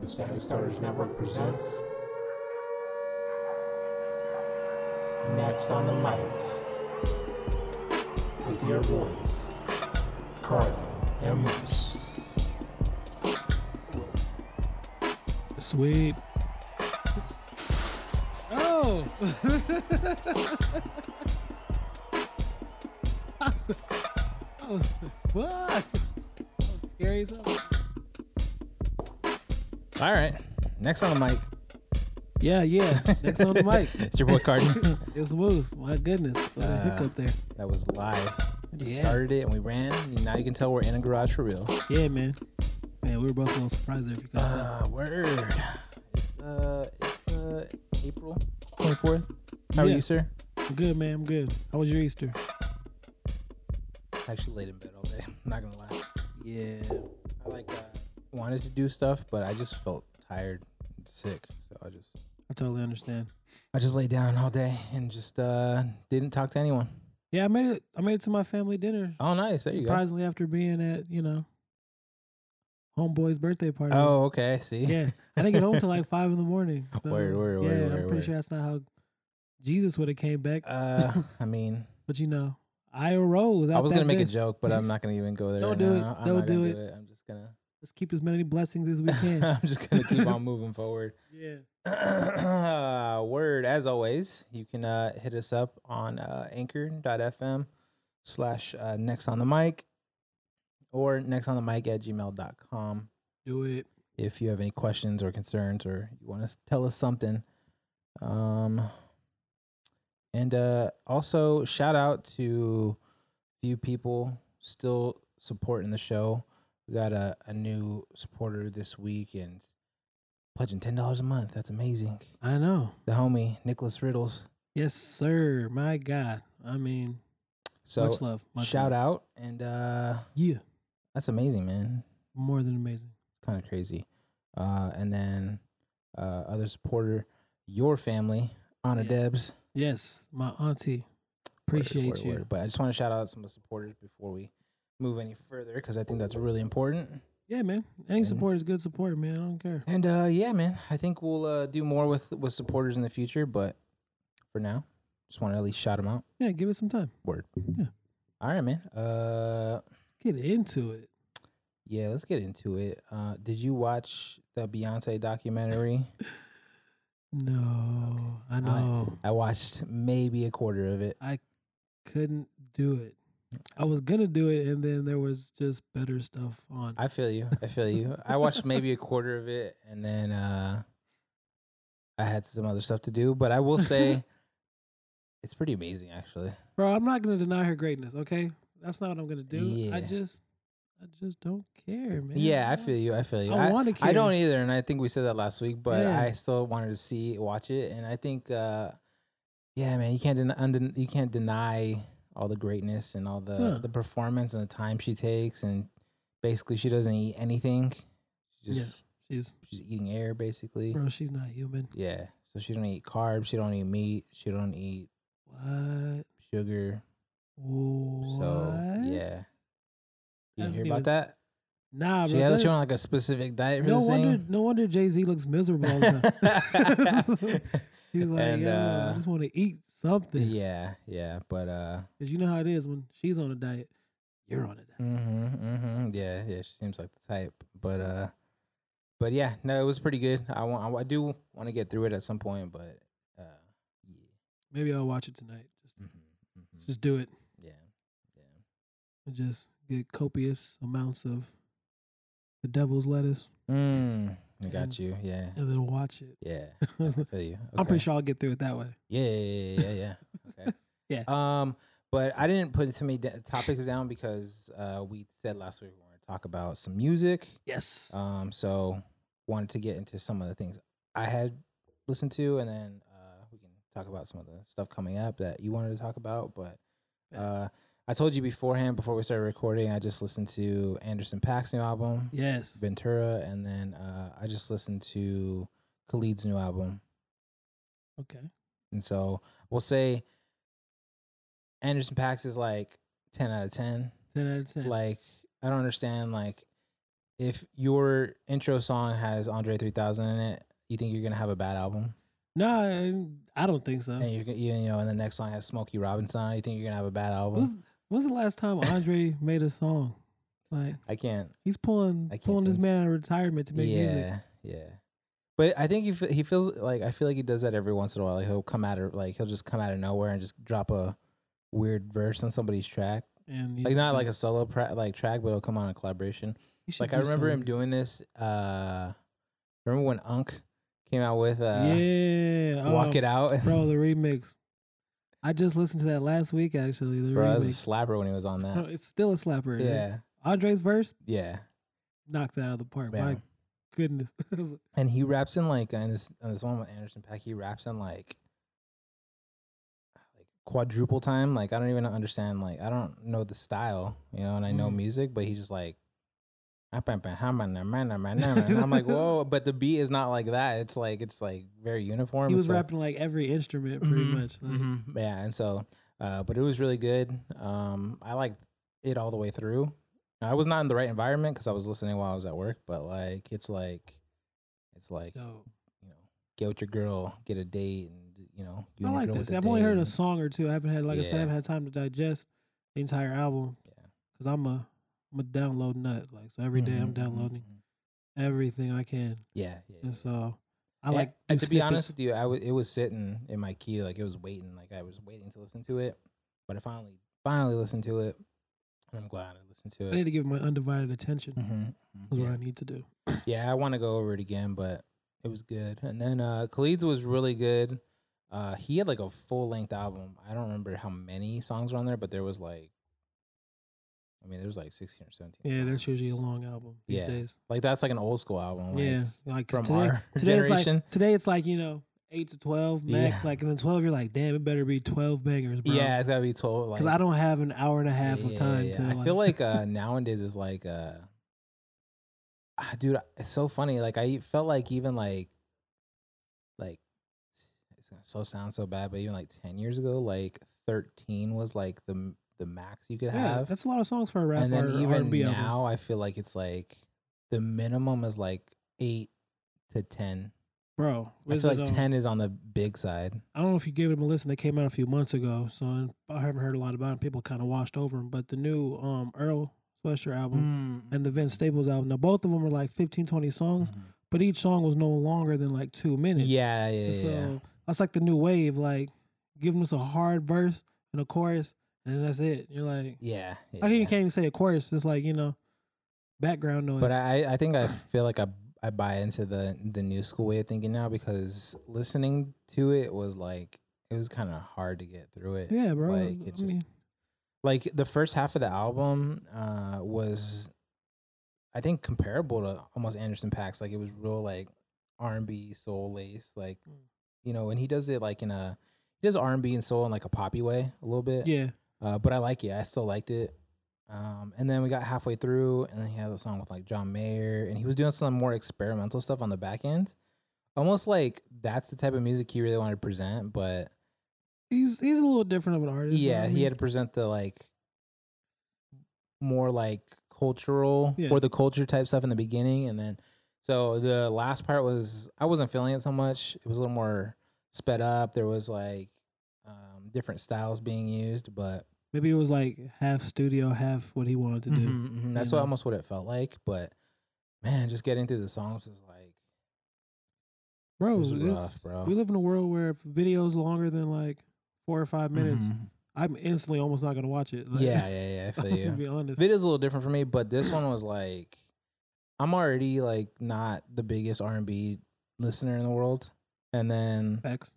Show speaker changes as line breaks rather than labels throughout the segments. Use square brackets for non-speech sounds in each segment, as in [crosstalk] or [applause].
The Static Starters Network presents. Next on the mic, with your boys, Carly and Moose.
Sweet.
Oh, [laughs] that was [laughs] what? That was scary as hell.
All right. Next on the mic,
Yeah, yeah. Next on the [laughs] mic,
it's your boy Carden.
it's Moose. My goodness, what a hiccup there.
that was live. We just
Yeah.
started it and we ran. And now you can tell we're in a garage for real.
Yeah, man. Man, we were both a little surprised there if you could tell.
Uh, word. It's, uh, it's, uh, April 24th. How
Yeah.
are you, sir?
I'm good, man. I'm good. How was your Easter?
Actually, laid in bed all day. [laughs] I'm not gonna lie.
Yeah.
I like uh, wanted to do stuff, but I just felt tired, and sick. So I just
I totally understand.
I just laid down all day and just uh didn't talk to anyone.
Yeah, I made it. I made it to my family dinner.
Oh, nice. There you go.
Surprisingly, after being at you know, homeboy's birthday party.
Oh, [laughs] okay. I See.
yeah. I didn't get home till like five in the
[laughs]
morning. So,
Word, word, word,
yeah, I'm
word,
pretty
word.
sure that's not how Jesus would have came back.
Uh, I mean.
but you know, I arose.
I
out
was
that
gonna make a
bed.
joke, but I'm not gonna even go there.
Don't
right
do it.
now. I'm
Don't
not gonna
do it.
I'm just
[laughs]
gonna.
Let's keep as many blessings as we
[laughs]
can.
I'm just gonna
[laughs]
keep on moving forward. [clears throat]
yeah.
Word as always, you can uh, hit us up on uh, anchor.fm slash uh, next on the mic or next on the mic at gmail.com
Do it.
if you have any questions or concerns or you want to tell us something. Um, and uh, also shout out to a few people still supporting the show. We got a, a new supporter this week and pledging ten dollars a month. That's amazing.
I know.
The homie Nicholas Riddles.
Yes, sir. My God. I mean,
So
much love. Much
shout
love.
out and uh,
Yeah.
that's amazing, man.
More than amazing.
kind of crazy. Uh, and then uh, other supporter, your family, Anna
Yeah.
Debs.
Yes, my auntie.
Word,
Appreciate
word,
you.
word. But I just want to shout out some of the supporters before we move any further because I think that's really important.
Yeah, man. Any
And-
support is good support, man. I don't care.
And uh, yeah, man, I think we'll uh, do more with with supporters in the future. But for now, just want to at least shout them out.
Yeah, give it some time.
Word.
Yeah.
All right, man. Uh,
Get into it.
yeah, let's get into it. Uh, did you watch the Beyonce documentary?
No, I know.
I watched maybe a quarter of it.
couldn't do it. I was gonna do it, and then there was just better stuff on.
I feel you. I feel you. I watched maybe a quarter of it and then uh I had some other stuff to do, but I
[laughs]
will say it's pretty amazing actually.
Bro, I'm not gonna deny her greatness. Okay, that's not what I'm gonna do. I
Yeah.
just, I just don't care, man.
yeah, I feel you. I feel you.
I
I,
want to care.
I don't either and I think we said that last week, but
Yeah.
I still wanted to see watch it and I think uh yeah, man, you can't den- unden- you can't deny all the greatness and all the
Huh.
the performance and the time she takes and basically she doesn't eat anything. She
Yeah.
just
She's,
she's eating air basically.
bro, she's not human.
Yeah. So she don't eat carbs. She don't eat meat. She don't eat
What?
sugar.
What?
So yeah. You didn't
That's
hear
even-
about that?
Nah,
She
bro.
had
that-
she on like a specific diet for
no
this
wonder,
[laughs] thing.
no wonder Jay Z looks miserable all the time. [laughs]
[laughs]
He's like,
And,
"Yo, I
uh,
just want to eat something.
yeah, yeah, but uh,
Cause you know how it is when she's on a diet, you're on a diet.
hmm hmm yeah, yeah, she seems like the type, but uh, but yeah, no, it was pretty good. I want, I, wa- I do want to get through it at some point, but uh, yeah,
Maybe I'll watch it tonight. Just,
hmm
let's just do it.
yeah, yeah.
and just get copious amounts of the devil's lettuce
Mm, I
And-
got you. Yeah,
and then watch it. [laughs]
yeah.
I
I feel you.
am
Okay.
pretty sure I'll get through it that way.
Yeah, yeah, yeah, yeah.
[laughs]
yeah. Okay.
Yeah.
Um, but I didn't put too many d- topics down because uh, we said last week we were going to talk about some music.
Yes.
Um, so wanted to get into some of the things I had listened to, and then uh, we can talk about some of the stuff coming up that you wanted to talk about. But
Yeah.
uh, I told you beforehand, before we started recording, I just listened to Anderson Pack's new album,
yes.
Ventura, and then uh, I just listened to Khalid's new album.
okay.
And so we'll say Anderson Pax is like 10 out of 10.
Ten out of ten.
Like, I don't understand. Like, if your intro song has Andre 3000 in it, you think you're gonna have a bad album?
No, I, I don't think so.
And you're gonna, you know, and the next song has Smokey Robinson. on it, You think you're gonna have a bad album?
When's, when's the last time Andre [laughs] made a song? Like
I can't.
he's pulling
I can't
pulling this
think.
man out of retirement to make
yeah,
music.
yeah. But I think he fe- he feels like I feel like he does that every once in a while. Like he'll come out of like he'll just come out of nowhere and just drop a weird verse on somebody's track.
And he's
Like not like a solo pra- like track, but it'll come on a collaboration.
he should
Like I
do
remember him
something.
doing this. Uh, remember when Unk came out with uh,
yeah,
"Walk
oh,
It Out"? [laughs]
bro. The remix. I just listened to that last week. Actually, the
Bro, that was a
remix.
slapper when he was on
Bro,
that.
it's still a slapper. dude.
Yeah,
Andre's verse
yeah.
knocked that out of the park.
Man.
My goodness. [laughs] It was like,
And he raps in like uh, in this in this one with Anderson Pack. He raps in like like quadruple time. Like I don't even understand. Like I don't know the style, you know. And I know
Mm.
music, but he just like. "Ah,
[laughs]
I'm like, whoa, but the beat is not like that. It's like it's like very uniform.
he was
It's like-
rapping like every instrument pretty
Mhm,
much. Like,
mhm. Yeah, and so, uh, but it was really good. Um, I liked it all the way through. I was not in the right environment because I was listening while I was at work. But like, it's like, it's like
dope.
you know, get with your girl, get a date, and you know, you
I
and your
like
girl with
this.
a
I've only heard
date,
a song or two. I haven't had, like I said, I
Yeah.
haven't had time to digest the entire album.
Yeah.
Cause I'm a I'm a download nut. Like so, every day I'm
mhm,
downloading
mhm.
everything I can,
Yeah, yeah. yeah.
and so I
And-
like.
and
new
to be honest
snippets.
with you, I w- it was sitting in my queue, like it was waiting, like I was waiting to listen to it. But I finally, finally listened to it, and I'm glad I listened to
I need
it.
to give it my undivided attention.
Mhm, mhm,
Is
yeah.
what I need to do.
Yeah, I want to go over it again, but it was good. And then uh Khalid's was really good. Uh he had like a full length album. I don't remember how many songs were on there, but there was like I mean, there was like 16 or 17.
Yeah,
songs.
that's usually a long album these
Yeah.
days.
Like that's like an old school album. Like,
yeah, like 'cause
From
today,
our
today it's
generation.
like today it's like you know eight to twelve max.
Yeah.
Like and then twelve, you're like, damn, it better be twelve bangers, bro.
yeah, it's got to be 12 like
because I don't have an hour and a half of
Yeah,
time
yeah.
to.
I
like,
feel like uh nowadays is like uh ah, dude, it's so funny. Like I felt like even like like it's gonna so sound so bad, but even like ten years ago, like thirteen was like the m- the max you
[laughs]
could
yeah,
have.
that's a lot of songs for a rap
and then
or
even
R&B album.
now I feel like it's like the minimum is like eight to ten.
bro.
I
it's
feel like
um,
ten is on the big side.
I don't know if you gave them a listen. They came out a few months ago, so I haven't heard a lot about them. People kind of washed over them. But the new um, Earl Sweatshirt album Mm,
Mm.
and the Vince Staples album, now both of them were like 15, 20 songs,
Mhm.
but each song was no longer than like two minutes.
Yeah, yeah,
And
yeah.
so
yeah.
that's like the new wave. Like, give them just a hard verse and a chorus, and then that's it. You're like,
Yeah. yeah,
I think
yeah.
you can't even say a chorus. It's like you know, background noise.
But I, I think I feel like I I buy into the the new school way of thinking now because listening to it was like it was kind of hard to get through it.
yeah, bro.
like,
I
it just-
mean,
Like the first half of the album uh was I think comparable to almost Anderson Pax. Like it was real like R and B soul lace, like
Mm.
you know, and he does it like in a he does R and B and soul in like a poppy way a little bit.
yeah.
Uh, but I like it. I still liked it. Um, and then we got halfway through, and then he had a song with like John Mayer, and he was doing some more experimental stuff on the back end. Almost like that's the type of music he really wanted to present, but
He's he's a little different of an artist. you know
yeah,
what I
he
mean?
had to present the like more like cultural
Yeah.
or the culture type stuff in the beginning, and then so the last part was I wasn't feeling it so much. It was a little more sped up. There was like um, different styles being used, but
Maybe it was like half studio, half what he wanted to do.
Mhm, mhm. That's
you
what
know?
almost what it felt like. But man, just getting through the songs is like
Bro,
It was
it's-
rough, bro.
we live in a world where if video's longer than like four or five minutes, I'm instantly almost not gonna watch it. Like, [laughs]
Mm-hmm. Yeah, yeah, yeah. I
I'm
feel
gonna
you.
be honest.
Video's a little different for me, but this one was like I'm already like not the biggest R and B listener in the world. And then
Facts.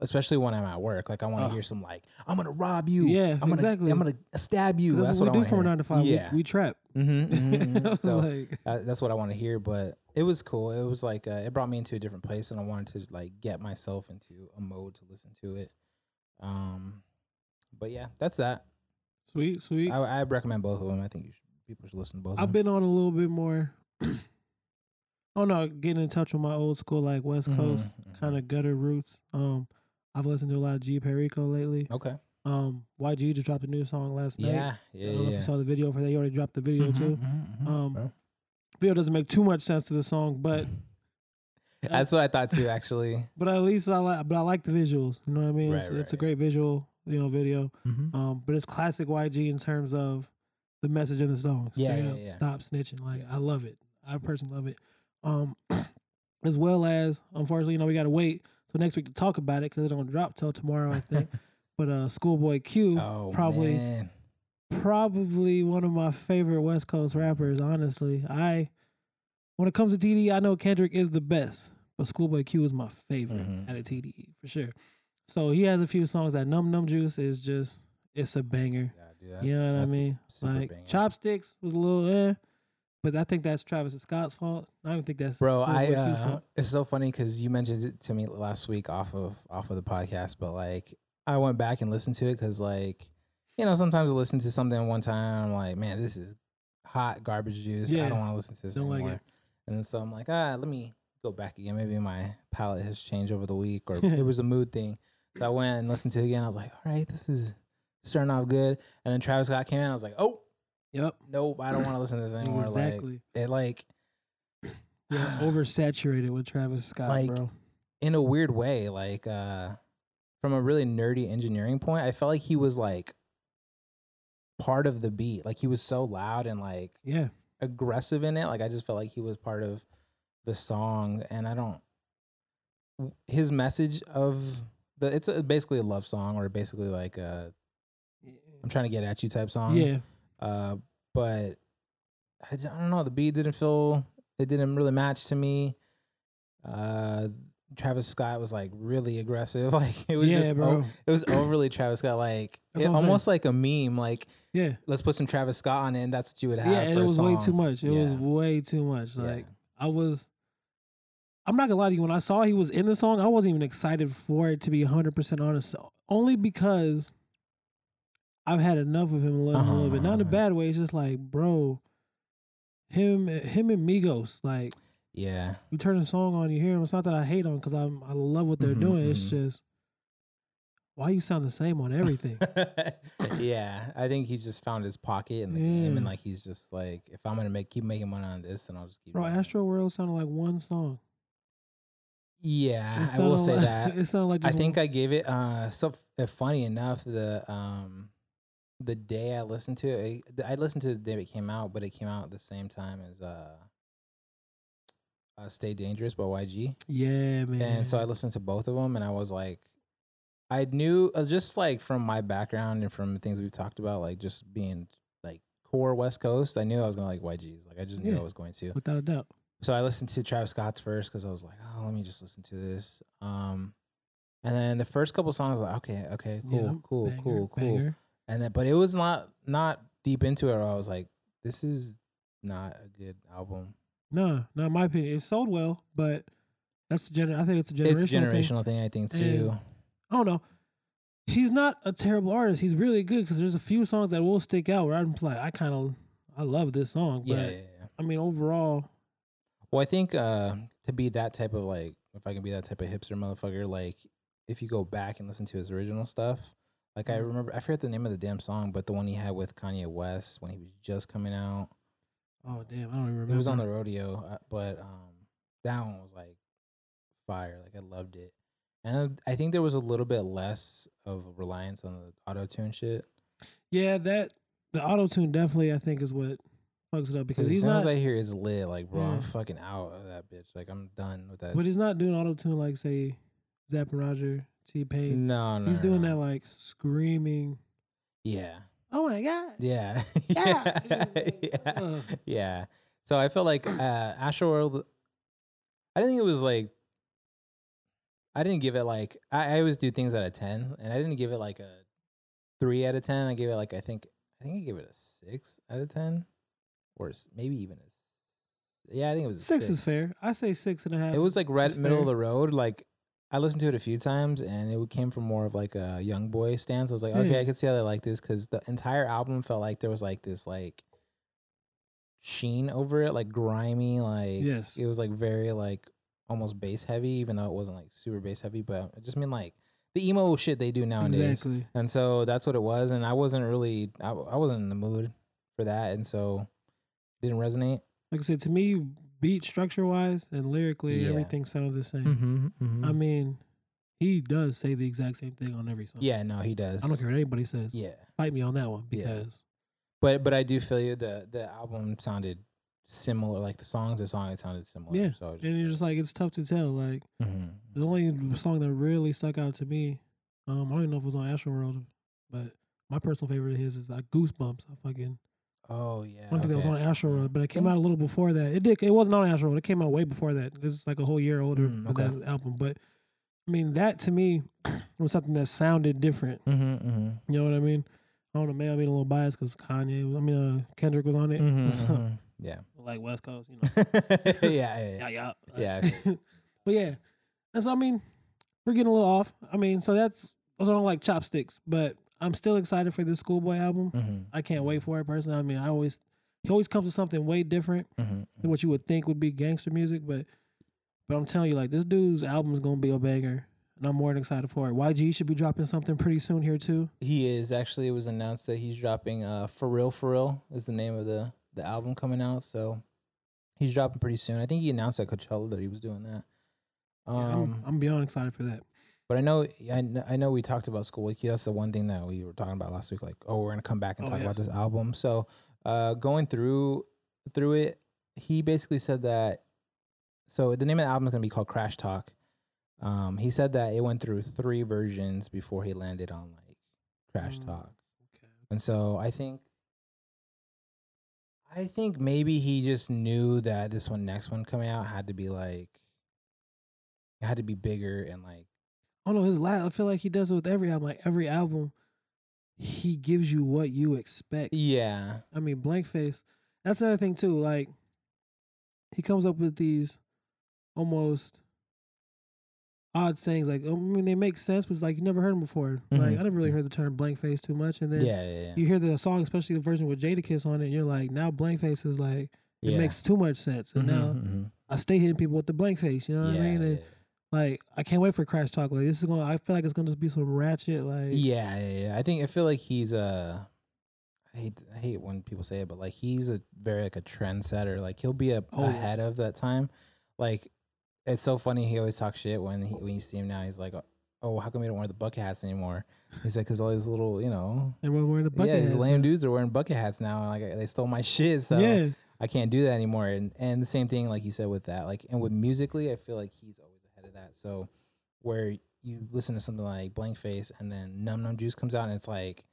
especially when I'm at work, like I want to
Ugh.
hear some like I'm gonna rob you.
Uh. Yeah,
I'm gonna,
exactly.
I'm gonna stab you.
'Cause
That's,
that's, what we do
I
from
wanna
nine to five.
hear. Yeah.
We, we trap. [laughs]
Mhm, mhm, mhm.
I was
So-
like,
uh, that's what I want to hear. But it was cool. It was like uh, it brought me into a different place, and I wanted to like get myself into a mode to listen to it. Um, but yeah, that's that.
sweet, sweet.
I, I recommend both of them. I think you should, people should listen to both.
I've
of them.
been on a little bit more. [clears throat] oh no, getting in touch with my old school like West Coast
Mm-hmm,
kind of gutter roots. Um, I've listened to a lot of G Perico lately.
mm-hmm. okay.
Um, YG just dropped a new song last night.
Yeah,
I
yeah, Mm-hmm.
don't know if
yeah.
you saw the video for that. He already dropped the video too. Um, video doesn't make too much sense to the song,
[laughs]
but
That's what I thought too, actually.
but at least I like but I like the visuals. You know what I mean?
Right,
it's, it's a
right.
great visual, you know, video. [laughs]
Mm-hmm.
Um, but it's classic YG in terms of the message in the song.
Yeah,
Straight
yeah,
up,
yeah.
Stop snitching. Like I love it. I personally love it. Um, [clears throat] as well as unfortunately, you know, we gotta wait till next week to talk about it because it don't drop till tomorrow, I
[laughs]
think. but uh, Schoolboy Q,
Oh,
probably-
man.
probably one of my favorite West Coast rappers. Honestly, I when it comes to TDE, I know Kendrick is the best, but Schoolboy Q is my favorite
Mhm.
out of TDE for sure. So he has a few songs that Num Num Juice is just it's a banger.
Yeah, dude, that's-
you know what I
that's
mean?
super
Like
banger.
Chopsticks was a little eh, but I think that's Travis Scott's fault. I don't think that's
Bro,
Schoolboy
I
Q's
uh,
fault.
it's so funny because you mentioned it to me last week off of off of the podcast, but like I went back and listened to it because like you know sometimes I listen to something one time I'm like man this is hot garbage juice I
Yeah.
don't want to listen to this
Don't like
anymore,
it.
and then so I'm like ah let me go back again maybe my palate has changed over the week
[laughs]
or it was a mood thing so I went and listened to it again I was like all right this is starting off good and then Travis Scott came in I was like oh
Yep.
nope I don't want to listen to this anymore
Exactly.
like it like
yeah,
[sighs]
oversaturated with Travis Scott,
Like,
bro.
in a weird way, like uh from a really nerdy engineering point, I felt like he was like part of the beat. Like he was so loud and like
Yeah.
aggressive in it. Like I just felt like he was part of the song and I don't his message of the it's a, basically a love song or basically like a I'm trying to get at you type song.
Yeah.
Uh, but I, d- I don't know. The beat didn't feel. It didn't really match to me. Uh, Travis Scott was like really aggressive. [laughs] Like it was
yeah,
just. oh. o-
bro.
it was overly Travis Scott. Like
[clears throat] That's
it-
what I'm saying.
almost like a meme. Like
yeah.
let's put some Travis Scott on it, and that's what you would have.
Yeah,
for
it
a
was way
song.
too much. It was
Yeah.
way too much.
Yeah.
Like I was I'm not gonna lie to you, when I saw he was in the song, I wasn't even excited for it to be hundred percent honest. Only because I've had enough of him a little, a little bit. Not in a
Uh-huh.
bad way, it's just like, bro, him him and Migos, like
Yeah. [laughs]
you turn a song on, you hear him. It's not that I hate on because I'm I love what they're
Mhm,
doing. It's
mhm.
just why you sound the same on
[laughs]
everything.
yeah, I think he just found his pocket in the game,
Yeah.
and like he's just like, if I'm gonna make keep making money on this, then I'll just keep.
bro,
doing it.
Astro World sounded like one song.
Yeah,
It
I
sounded
will say
like- [laughs]
that.
it sounded like
I
just
think I gave it. Uh, so f- uh, funny enough, the um, the day I listened to it, I- I listened to it the day it came out, but it came out at the same time as uh, uh "Stay Dangerous" by YG,
yeah, man.
and so I listened to both of them, and I was like, I knew uh, just like from my background and from the things we've talked about, like just being like core West Coast, I knew I was gonna like YG's. Like I just knew
Yeah.
I was going to
without a doubt.
so I listened to Travis Scott's first because I was like, oh, let me just listen to this. Um, and then the first couple songs, like, okay, okay, cool,
Yeah,
cool,
banger,
cool, cool.
banger.
And then, but it was not not deep into it. Where I was like, this is not a good album.
No, not in my opinion. It sold well, but that's the gener. I think it's a generational.
It's a
Thing.
generational thing, I think, too.
I don't know. He's not a terrible artist. He's really good because there's a few songs that will stick out where I'm just like, I kind of, I love this song, but
yeah, yeah, yeah.
I mean overall,
Well, I think uh, to be that type of like, if I can be that type of hipster motherfucker, like if you go back and listen to his original stuff, like I
Mhm.
remember, I forget the name of the damn song, but the one he had with Kanye West when he was just coming out.
oh damn, I don't even remember.
It was on the rodeo, uh, but um, that one was like fire. Like I loved it, and I think there was a little bit less of a reliance on the auto tune shit.
yeah that the auto tune definitely I think is what fucks it up because
Because as
he's
soon
not,
as I hear it's lit, like bro, I'm
Yeah.
fucking out of that bitch. Like I'm done with that.
but he's not doing auto tune like say Zapp and Roger, T Pain.
no, no,
he's
no,
doing
no.
that like screaming.
Yeah, [laughs]
Oh my god.
yeah, [laughs]
Yeah.
yeah,
Ugh.
[laughs] yeah. So I felt like uh, Astro World. I didn't think it was like. I didn't give it like I, I always do things out of ten, and I didn't give it like a three out of ten. I gave it like I think I think I gave it a six out of ten, or s- maybe even a. s- Yeah, I think it was a
Six is fair. I say six and a half.
It was like right
It's
middle of
fair.
the road. Like I listened to it a few times, and it came from more of like a young boy stance. I was like, okay,
Yeah.
I can see how they like this because the entire album felt like there was like this like sheen over it, like grimy, like
Yes.
it was like very like almost bass heavy, even though it wasn't like super bass heavy. But I just mean like the emo shit they do nowadays.
exactly.
And so that's what it was. And I wasn't really, I, I wasn't in the mood for that. And so it didn't resonate.
Like I said, to me, beat structure wise and lyrically,
Yeah.
everything sounded the same.
Mm-hmm,
I mean, he does say the exact same thing on every song.
yeah, no, he does.
I don't care what anybody says.
Yeah,
Fight me on that one
Yeah.
because
but but I do feel you. The the album sounded similar. Like the songs, the song it sounded similar.
Yeah,
So
and you're just like it's tough to tell. Like
Mhm.
the only song that really stuck out to me, um, I don't even know if it was on Astro World, but my personal favorite of his is like Goosebumps. I fucking
Oh yeah.
I don't think that was on
okay. Mm.
Astro World, but it came
Didn't-
out a little before that. It did. It wasn't on Astro World. It came out way before that. It's like a whole year older
Mm, okay.
than that album. But I mean, that to me [clears throat] was something that sounded different.
Mhm, mhm.
You know what I mean? I don't know. Maybe I'm being a little biased because Kanye. Was, I mean, uh, Kendrick was on it. [laughs]
Mhm,
So,
mhm. Yeah. [laughs]
Like West Coast, [laughs] you know.
yeah, yeah,
yeah,
yeah.
yeah,
Yeah,
[laughs] but yeah, that's. I mean, we're getting a little off. I mean, so that's those are like chopsticks. But I'm still excited for this Schoolboy album.
Mhm,
I can't wait for it personally. I mean, I always he always comes with something way different.
mhm.
than what you would think would be gangster music, but but I'm telling you, like this dude's album is gonna be a banger, and I'm more than excited for it. YG should be dropping something pretty soon here too.
He is actually. It was announced that he's dropping. Uh, for real, for real is the name of the the album coming out. So he's dropping pretty soon. I think he announced at Coachella that he was doing that. Um,
Yeah, I'm, I'm beyond excited for that.
but I know, I know, I know we talked about School Wiki. That's the one thing that we were talking about last week. Like, oh, we're gonna come back and
Oh,
talk about
yes.
this album. So, uh, going through through it, he basically said that. So the name of the album is gonna be called Crash Talk. Um, he said that it went through three versions before he landed on like Crash
Mm.
Talk. And so I think I think maybe he just knew that this one next one coming out had to be like it had to be bigger and like
I don't know his last. I feel like he does it with every album. Like every album, he gives you what you expect.
yeah.
I mean, blank face. That's another thing too. Like he comes up with these almost odd sayings. Like I mean, they make sense, but it's like you never heard them before. Like
Mhm.
I never really heard the term blank face too much. And then
Yeah, yeah, yeah.
you hear the song, especially the version with Jadakiss on it, and you're like, now blank face is like it
Yeah.
makes too much sense. And
Mhm,
now
mhm.
I stay hitting people with the blank face, you know what
yeah,
I mean? And
yeah,
like I can't wait for Crash Talk. Like this is going to I feel like it's gonna just be some ratchet, like
yeah, yeah, yeah. I think I feel like he's uh I hate I hate when people say it, but like he's a very like a trendsetter. Like he'll be a,
Oh, yes.
ahead of that time. Like it's so funny. He always talks shit when he, when you see him now. He's like, "Oh, how come we don't wear the bucket hats anymore?" He's like, "Cause all these little, you know,
everyone wearing a bucket.
yeah, these
hats,
lame
like-
dudes are wearing bucket hats now, and like they stole my [laughs] shit, so
yeah.
I can't do that anymore." And and the same thing, like you said with that, like and with musically, I feel like he's always ahead of that. So where you listen to something like Blank Face, and then Num Num Juice comes out, and it's like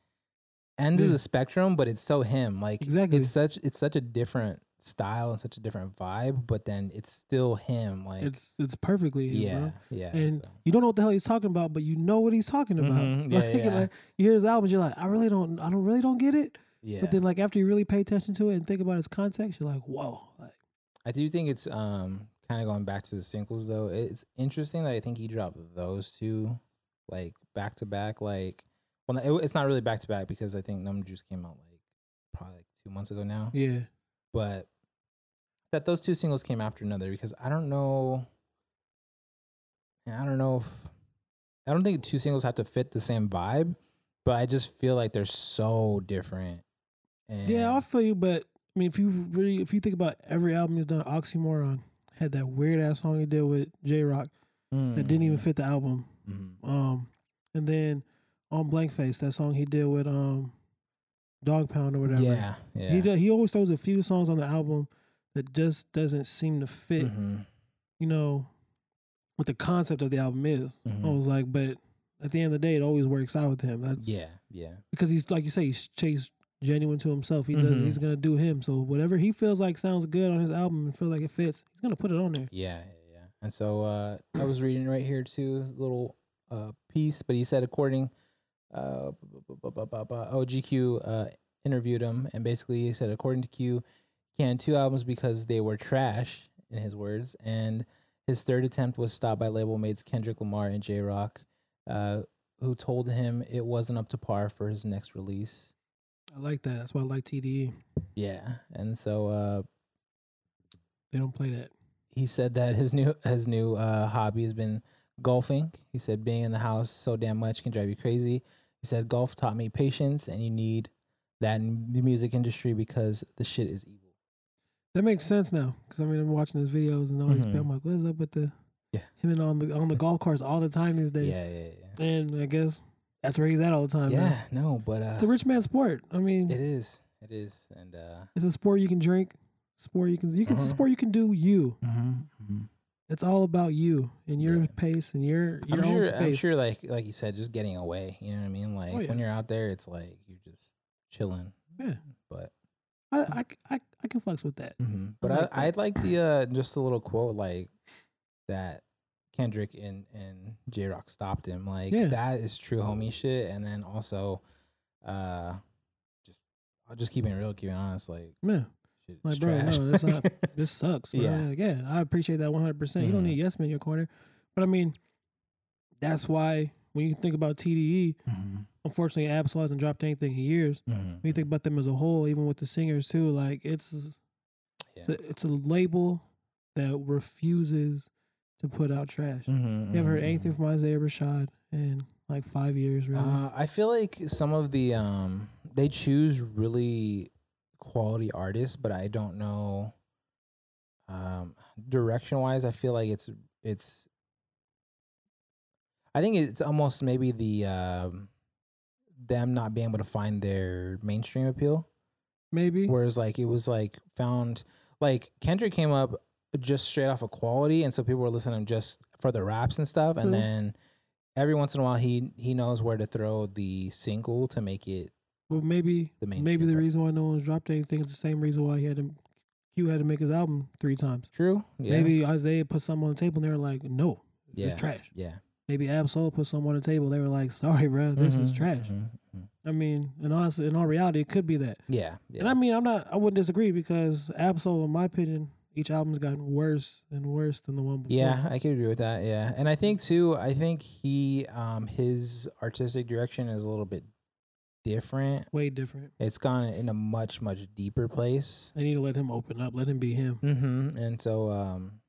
end of
Yeah.
the spectrum, but it's so him. Like
Mm. Exactly.
it's such it's such a different style and such a different vibe, but then it's still him. Like
It's it's perfectly him,
yeah,
bro.
yeah.
And
so.
you don't know what the hell he's talking about, but you know what he's talking about. [laughs]
Mhm, yeah,
like,
yeah.
like, you hear his albums, you're like, I really don't, I don't really don't get it.
yeah.
But then, like after you really pay attention to it and think about its context, you're like, whoa, like
I do think it's um kind of going back to the singles though. It's interesting that I think he dropped those two like back to back. Like, well, it, it's not really back to back because I think Numb Juice came out like probably like two months ago now.
yeah.
But that those two singles came after another because I don't know. I don't know if I don't think two singles have to fit the same vibe, but I just feel like they're so different. And
Yeah, I feel you, but I mean, if you really, if you think about every album he's done, Oxymoron had that weird ass song he did with J Rock that didn't
Mm.
even fit the album.
Mhm.
Um, and then on Blank Face, that song he did with um, Dog Pound or whatever.
Yeah, yeah.
He does, he always throws a few songs on the album that just doesn't seem to fit,
Mhm.
you know, what the concept of the album is. I
Mhm.
was like, but at the end of the day, it always works out with him. That's
Yeah, yeah.
because he's like you say, he's chased genuine to himself. He does.
Mhm.
He's gonna do him. So whatever he feels like sounds good on his album and feel like it fits, he's gonna put it on there.
Yeah, yeah, yeah. And so uh, I was reading right here too, a little uh, piece, but he said according, uh, bu- bu- bu- bu- bu- bu- oh GQ uh, interviewed him, and basically he said according to Q, he canned two albums because they were trash, in his words, and his third attempt was stopped by label mates Kendrick Lamar and J Rock, uh, who told him it wasn't up to par for his next release.
I like that. That's why I like E. TDE.
Yeah, and so uh,
They don't play that.
he said that his new his new uh, hobby has been golfing. He said being in the house so damn much can drive you crazy. He said golf taught me patience, and you need that in the music industry because the shit is evil.
That makes sense now because I mean I'm watching his videos and all these.
Mhm.
people. I'm like, what is up with the
Yeah.
him and on the on the golf course all the time these days?
Yeah, yeah, yeah.
And I guess that's where he's at all the time. man.
Yeah, no, but uh,
it's a rich man sport. I mean,
it is, it is, and uh,
it's a sport you can drink, sport you can you can it's a
Uh-huh.
sport you can do you.
mm-hmm.
It's all about you and your
Yeah.
pace and your your
I'm
own
sure,
space. Oh,
I'm sure, like like you said, just getting away. You know what I mean? Like
yeah.
when you're out there, it's like you're just chilling.
Yeah.
But
I, I c- I- I can flex with that. I
but I,
Mm-hmm. like that.
I, would like the uh, just a little quote like that Kendrick and and J Rock stopped him. Like
Yeah.
that is true homie shit. And then also, uh, just I'll just keep it real, keep it honest. Like
Mm-hmm. Yeah,
shit,
Like,
it's
bro,
trash.
no, that's
[laughs]
not- this sucks. Bro. Yeah, Mm-hmm.
Yeah.
like, yeah, I appreciate that 100. percent You don't
Mhm.
need yes men in your corner, but I mean, that's why when you think about TDE,
Mhm.
unfortunately, Absol hasn't dropped anything in years.
Mhm.
When you think about them as a whole, even with the singers too, like it's it's, a, it's a label that refuses to put out trash.
Mhm,
You haven't
mhm,
heard anything
mhm.
from Isaiah Rashad in like five years, really.
Uh, I feel like some of the um they choose really quality artists, but I don't know um direction wise. I feel like it's it's I think it's almost maybe the um them not being able to find their mainstream appeal.
Maybe.
Whereas like it was like found like Kendrick came up just straight off of quality, and so people were listening just for the raps and stuff.
True.
And then every once in a while, he he knows where to throw the single to make it
But maybe
the main.
maybe the reason why no one's dropped anything is the same reason why he had to Q had to make his album three times.
true. Yeah.
Maybe Isaiah put something on the table and they were like, No,
yeah.
it's trash.
Yeah.
Maybe Absol put something on the table, they were like, Sorry, bro, this is
Mhm,
trash.
mhm, mhm.
I mean, and honestly in all reality it could be that.
Yeah. Yeah.
And I mean I'm not I wouldn't disagree because Absol, in my opinion, each album's gotten worse and worse than the one before.
yeah, I could agree with that. Yeah, and I think too. I think he, um, his artistic direction is a little bit different.
Way different.
It's gone in a much, much deeper place.
I need to let him open up, let him be him.
Mm-hmm. And so, um,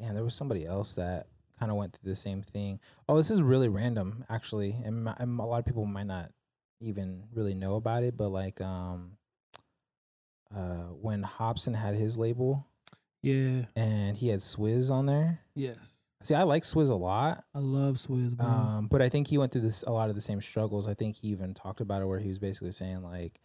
damn, there was somebody else that kind of went through the same thing. Oh, this is really random, actually, and, mi- and a lot of people might not even really know about it. But like, um, uh, when Hobson had his label
Yeah.
and he had Swizz on there.
Yes.
See, I like Swizz a lot.
I love Swizz, bro.
Um, but I think he went through this a lot of the same struggles. I think he even talked about it where he was basically saying like,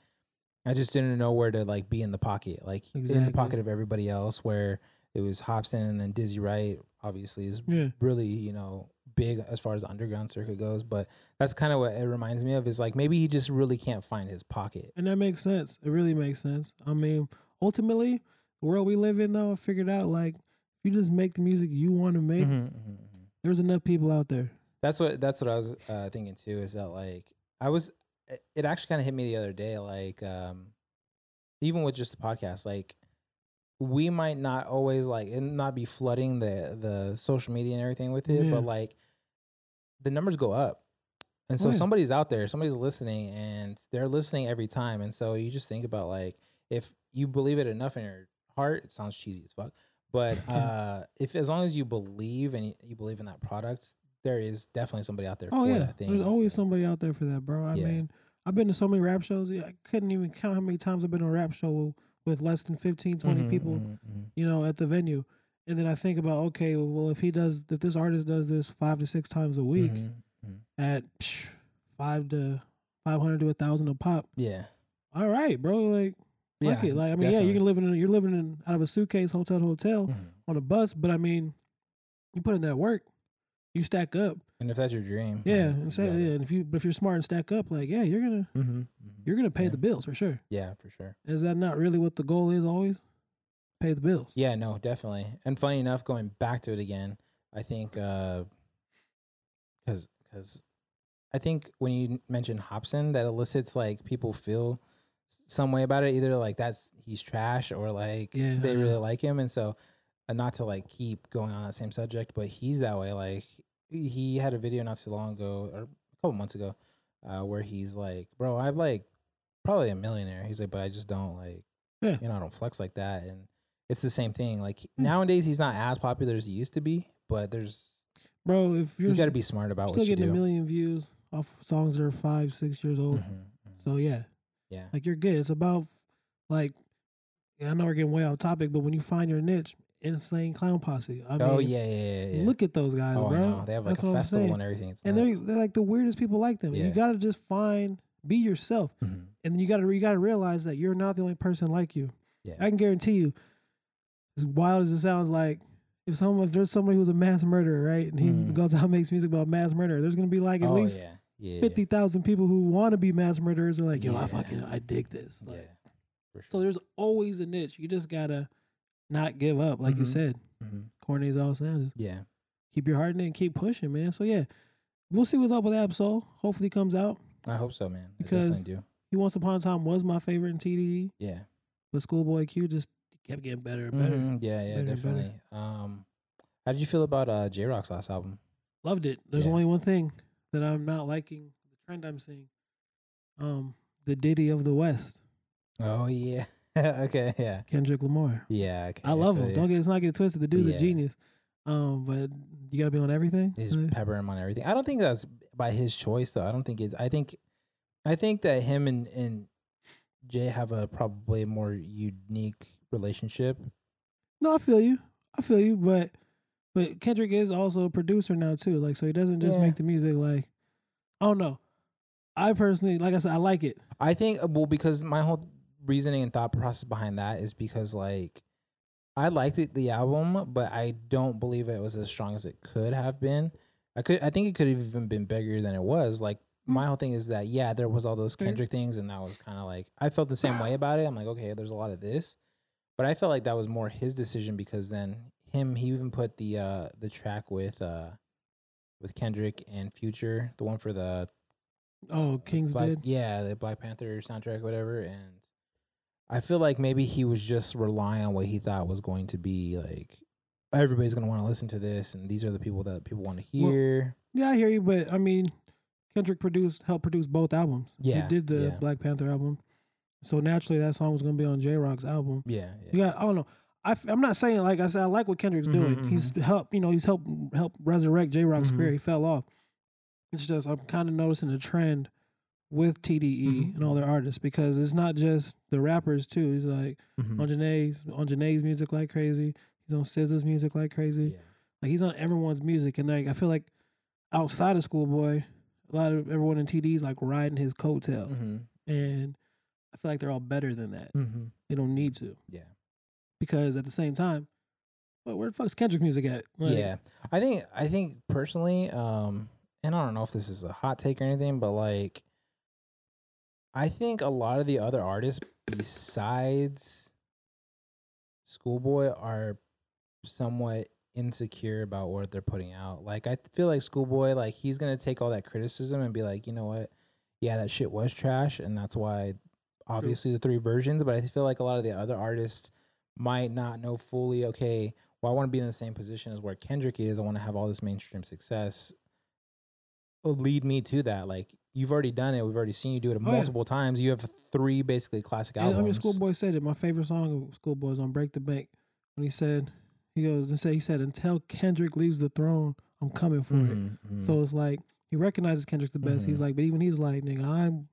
I just didn't know where to like be in the pocket, like in
Exactly.
the pocket of everybody else. Where it was Hobson and then Dizzy Wright, obviously is
yeah.
really you know big as far as the underground circuit goes. But that's kind of what it reminds me of is like maybe he just really can't find his pocket.
And that makes sense. It really makes sense. I mean, ultimately, the world we live in, though, I figured out like if you just make the music you want to make,
Mhm, mhm, mhm.
there's enough people out there.
That's what that's what I was uh, thinking too. Is that like I was? it- It actually kind of hit me the other day. Like um, even with just the podcast, like we might not always like and not be flooding the the social media and everything with it,
Yeah.
but like the numbers go up. And so
Oh, yeah.
somebody's out there, somebody's listening, and they're listening every time. And so you just think about like if you believe it enough in your heart, it sounds cheesy as fuck, but uh, if as long as you believe and you, you believe in that product, there is definitely somebody out there
Oh
for
yeah,
that thing.
there's always
so-
somebody out there for that, bro. I
Yeah.
mean, I've been to so many rap shows. yeah, I couldn't even count how many times I've been to a rap show with less than 15, 20
Mhm,
people,
mhm, mhm.
you know, at the venue. And then I think about okay, well, if he does, if this artist does this five to six times a week
Mhm, mhm.
at psh, five to five hundred to a thousand a pop,
Yeah.
all right, bro. Like Fuck it. Like I mean, yeah, you can live in you're living in out of a suitcase, hotel, to hotel
Mhm.
on a bus, but I mean, you put in that work, you stack up.
And if that's your dream,
Yeah, and say, yeah, and if you but if you're smart and stack up, like yeah, you're gonna
Mm-hmm.
you're gonna pay
Yeah.
the bills for sure.
yeah, for sure.
Is that not really what the goal is always? Pay the bills.
Yeah, no, definitely. And funny enough, going back to it again, I think uh, because because I think when you mention Hobson, that elicits like people feel s- some way about it. Either like that's he's trash, or like
Yeah, I
they
know.
really like him. And so, uh, not to like keep going on that same subject, but he's that way. Like he had a video not too long ago, or a couple months ago, uh, where he's like, "Bro, I've like probably a millionaire." He's like, "But I just don't like,
Yeah. Hmm.
you know, I don't flex like that." And it's the same thing. Like nowadays, he's not as popular as he used to be, but there's
Bro, if you're
you got to be smart about
still
what you
getting
do. Mm-hmm,
a million views off of songs that are five, six years old.
Mhm, mhm.
So yeah.
Yeah,
Like you're good. It's about like yeah, I know we're getting way off topic, but when you find your niche, insane clown posse. I mean,
oh yeah, yeah, yeah. yeah.
look at those guys,
oh,
bro.
I know. They have like
That's
a
what I'm
festival
saying.
and everything. It's
and they're,
nuts.
they're like the weirdest people like them.
Yeah.
You gotta just find, be yourself,
Mhm.
and you gotta you gotta realize that you're not the only person like you.
Yeah.
I can guarantee you. As wild as it sounds, like if someone if there's somebody who's a mass murderer, right, and he
Mm.
goes out and makes music about mass murder, there's gonna be like at
oh
least
yeah, yeah,
fifty thousand people who want to be mass murderers. Are like, yo,
Yeah.
I fucking I dig this.
Yeah,
Like,
for sure.
So there's always a niche. You just gotta not give up, like you
Mhm.
said.
Mhm.
Corny as all sounds,
yeah,
keep your heart in it and keep pushing, man. So yeah, we'll see what's up with Absol. Hopefully it comes out.
I hope so, man. I
Because-
definitely do.
He once upon a time was my favorite in TDE,
Yeah,
but Schoolboy Q just kept getting better and better.
Mhm. yeah, yeah,
better, better.
definitely. Um, how did you feel about uh J Rock's last album?
Loved it. There's
Yeah.
only one thing that I'm not liking, the trend I'm seeing. Um, the Diddy of the West, [laughs]
Oh yeah, okay, yeah,
Kendrick Lamar.
yeah. Okay,
I love
feel
him.
ya.
Don't get it's not get it twisted. The dude's
Yeah.
a genius. Um, but you gotta be on everything.
They just
Really?
pepper him on everything. I don't think that's by his choice though. I don't think it's. I think, I think that him and and Jay have a probably more unique relationship.
No, I feel you. I feel you, but but Kendrick is also a producer now too. Like so he doesn't just
Yeah.
make the music like I don't know. I personally like I said, I like it.
I think uh, well because my whole reasoning and thought process behind that is because like I liked it, the album, but I don't believe it was as strong as it could have been. I could I think it could have even been bigger than it was. Like my whole thing is that yeah, there was all those
Fair.
Kendrick things and that was kind of like I felt the same way about it. I'm like okay, there's a lot of this. But I felt like that was more his decision because then him he even put the uh the track with uh with Kendrick and Future, the one for the Uh,
Oh, King's
Black,
did.
Yeah, the Black Panther soundtrack, whatever. And I feel like maybe he was just relying on what he thought was going to be like. Everybody's gonna want to listen to this, and these are the people that people want to
Well,
hear.
Yeah, I hear you, but I mean Kendrick produced helped produce both albums.
Yeah,
He did the
yeah.
Black Panther album. So naturally that song was gonna be on J Rock's album.
yeah, yeah,
Yeah, I don't know. I, am not saying like I said. I like what Kendrick's
Mhm,
doing. He's helped, you know, he's helped help resurrect J Rock's
Mhm.
career. He fell off. It's just I'm kind of noticing a trend with TDE
Mhm.
and all their artists because it's not just the rappers too. He's like
mhm,
on Janae's on Janae's music like crazy. He's on SZA's music like crazy.
yeah.
Like he's on everyone's music, and like I feel like outside of Schoolboy, a lot of everyone in TDE's like riding his coattail,
mhm,
and I feel like they're all better than that.
mhm,
They don't need to
yeah,
because at the same time, but where the fuck's Kendrick music at? Like,
yeah. I think, I think personally, um, and I don't know if this is a hot take or anything, but like, I think a lot of the other artists besides Schoolboy are somewhat insecure about what they're putting out. Like I feel like Schoolboy, like he's gonna take all that criticism and be like, you know what, yeah, that shit was trash, and that's why obviously the three versions. But I feel like a lot of the other artists might not know fully. Okay, well, I want to be in the same position as where Kendrick is. I want to have all this mainstream success. uh, Lead me to that. Like you've already done it. We've already seen you do it
Oh, yeah.
multiple times. You have three basically classic
And,
albums.
I mean, Schoolboy said it. My favorite song of Schoolboy is on "Break the Bank" when he said, he goes and said, he said, "Until Kendrick leaves the throne, I'm coming for it."
Mhm, mhm.
So it's like he recognizes Kendrick's the best.
Mhm.
He's like, but even he's like, nigga, I'm,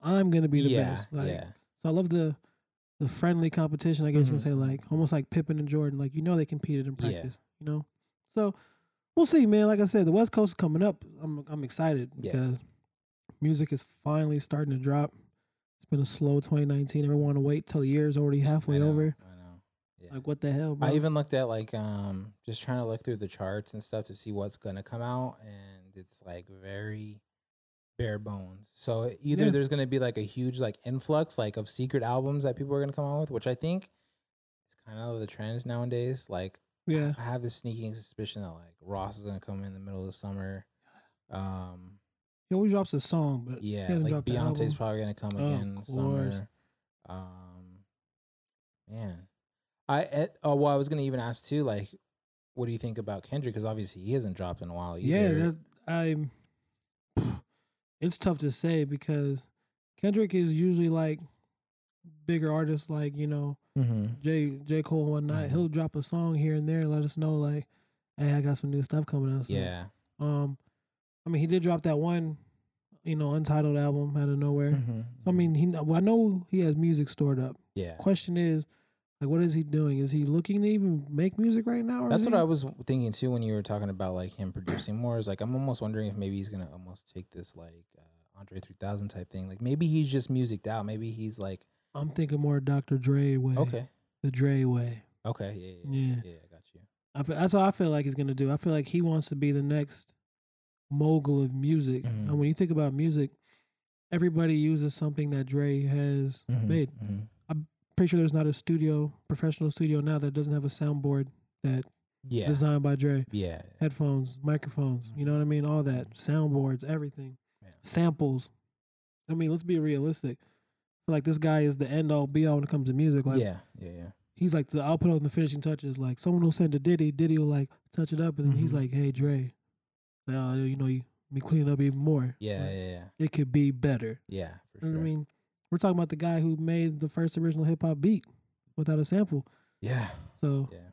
I'm gonna be the
yeah,
best. Like,
yeah.
so I love the. The friendly competition, I guess you
Mhm.
can say, like almost like Pippen and Jordan, like you know they competed in
Yeah.
practice, you know. So we'll see, man. Like I said, the West Coast is coming up. I'm I'm excited
Yeah.
because music is finally starting to drop. It's been a slow 2019. Everyone to wait till the year's already halfway
I know,
over.
I know. Yeah.
Like what the hell? Bro?
I even looked at like um just trying to look through the charts and stuff to see what's gonna come out, and it's like very bare bones. So either
Yeah.
there's gonna be like a huge like influx like of secret albums that people are gonna come out with, which I think is kind of the trend nowadays. Like
yeah.
I have this sneaking suspicion that like Ross is gonna come in the middle of the summer. Um,
He always drops a song, but he
yeah,
hasn't
like
dropped an
Beyonce's
album.
probably gonna come
Oh,
again
of
this summer. Um, man, I eh, oh well, I was gonna even ask too. Like, what do you think about Kendrick? Because obviously he hasn't dropped in a while either.
yeah, that, I'm. It's tough to say because Kendrick is usually like bigger artists, like you know
mm-hmm.
J J Cole and whatnot,
Mhm.
he'll drop a song here and there, and let us know like, hey, I got some new stuff coming out. So,
yeah,
Um, I mean, he did drop that one you know, untitled album out of nowhere.
Mhm.
I mean, he well, I know he has music stored up.
yeah.
Question is, like, what is he doing? Is he looking to even make music right now? Or
That's
is
what
he-
I was thinking too when you were talking about like him producing more. Is like I'm almost wondering if maybe he's gonna almost take this like uh, Andre 3000 type thing. Like maybe he's just musicked out. Maybe he's like
I'm thinking more Dr. Dre way.
okay,
the Dre way.
okay, yeah, yeah, yeah,
Yeah.
yeah, I got you.
I feel, that's what I feel like he's gonna do. I feel like he wants to be the next mogul of music.
Mhm.
And when you think about music, everybody uses something that Dre has made.
Mhm.
Pretty sure there's not a studio, professional studio now that doesn't have a soundboard that
Yeah,
designed by Dre.
yeah, Mm-hmm.
headphones, microphones, you know what I mean? All that, soundboards, everything,
Yeah.
samples. I mean, let's be realistic. I feel Like this guy is the end all be all when it comes to music. Like
yeah, yeah, yeah.
he's like the I'll put on the finishing touches. Like someone will send to Diddy, Diddy will like touch it up, and then he's
Mhm.
like, "Hey Dre, now you know you me clean it up even more.
Yeah,
Like,
yeah, yeah,
it could be better."
yeah.
You
For
know
sure.
what I mean? We're talking about the guy who made the first original hip hop beat without a sample.
yeah,
So,
yeah,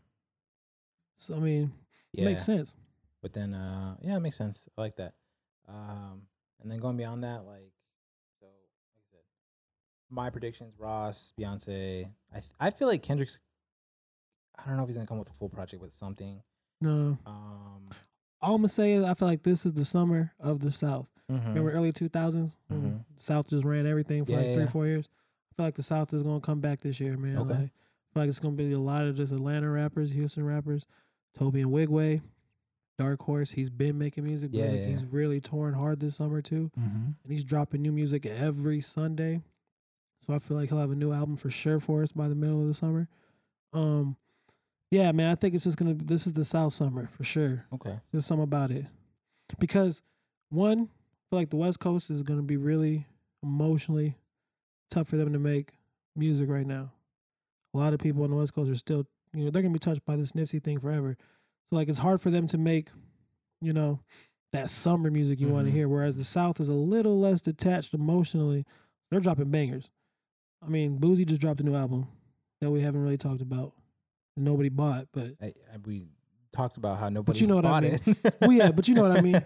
so I mean,
yeah.
it makes sense.
But then, uh, yeah, it makes sense. I like that. Um, and then going beyond that, like, so like I said, my predictions: Ross, Beyonce. I th- I feel like Kendrick's. I don't know if he's gonna come with a full project with something.
No,
Um,
all I'm gonna say is I feel like this is the summer of the South.
mm-hmm,
Remember early 2000s?
Mhm.
South just ran everything for
Yeah,
like
yeah,
three,
yeah.
four years. I feel like the South is going to come back this year, man.
Okay.
Like, I feel like it's going to be a lot of just Atlanta rappers, Houston rappers, Toby and Wigway, Dark Horse. He's been making music, but
Yeah,
I think
yeah,
he's really touring hard this summer too. And he's dropping new music every Sunday. So I feel like he'll have a new album for sure for us by the middle of the summer. Um, yeah, man, I think it's just going to, this is the South summer for sure.
Okay.
There's something about it. Because one, I feel like the West Coast is gonna be really emotionally tough for them to make music right now. A lot of people on the West Coast are still you know, they're gonna be touched by this Nipsey thing forever. So like it's hard for them to make, you know, that summer music you wanna
Mhm.
hear. Whereas the South is a little less detached emotionally. They're dropping bangers. I mean, Boozy just dropped a new album that we haven't really talked about. Nobody bought, but
I, I, we talked about how nobody
you know what I
bought
mean.
it.
Well, yeah, but you know what I mean.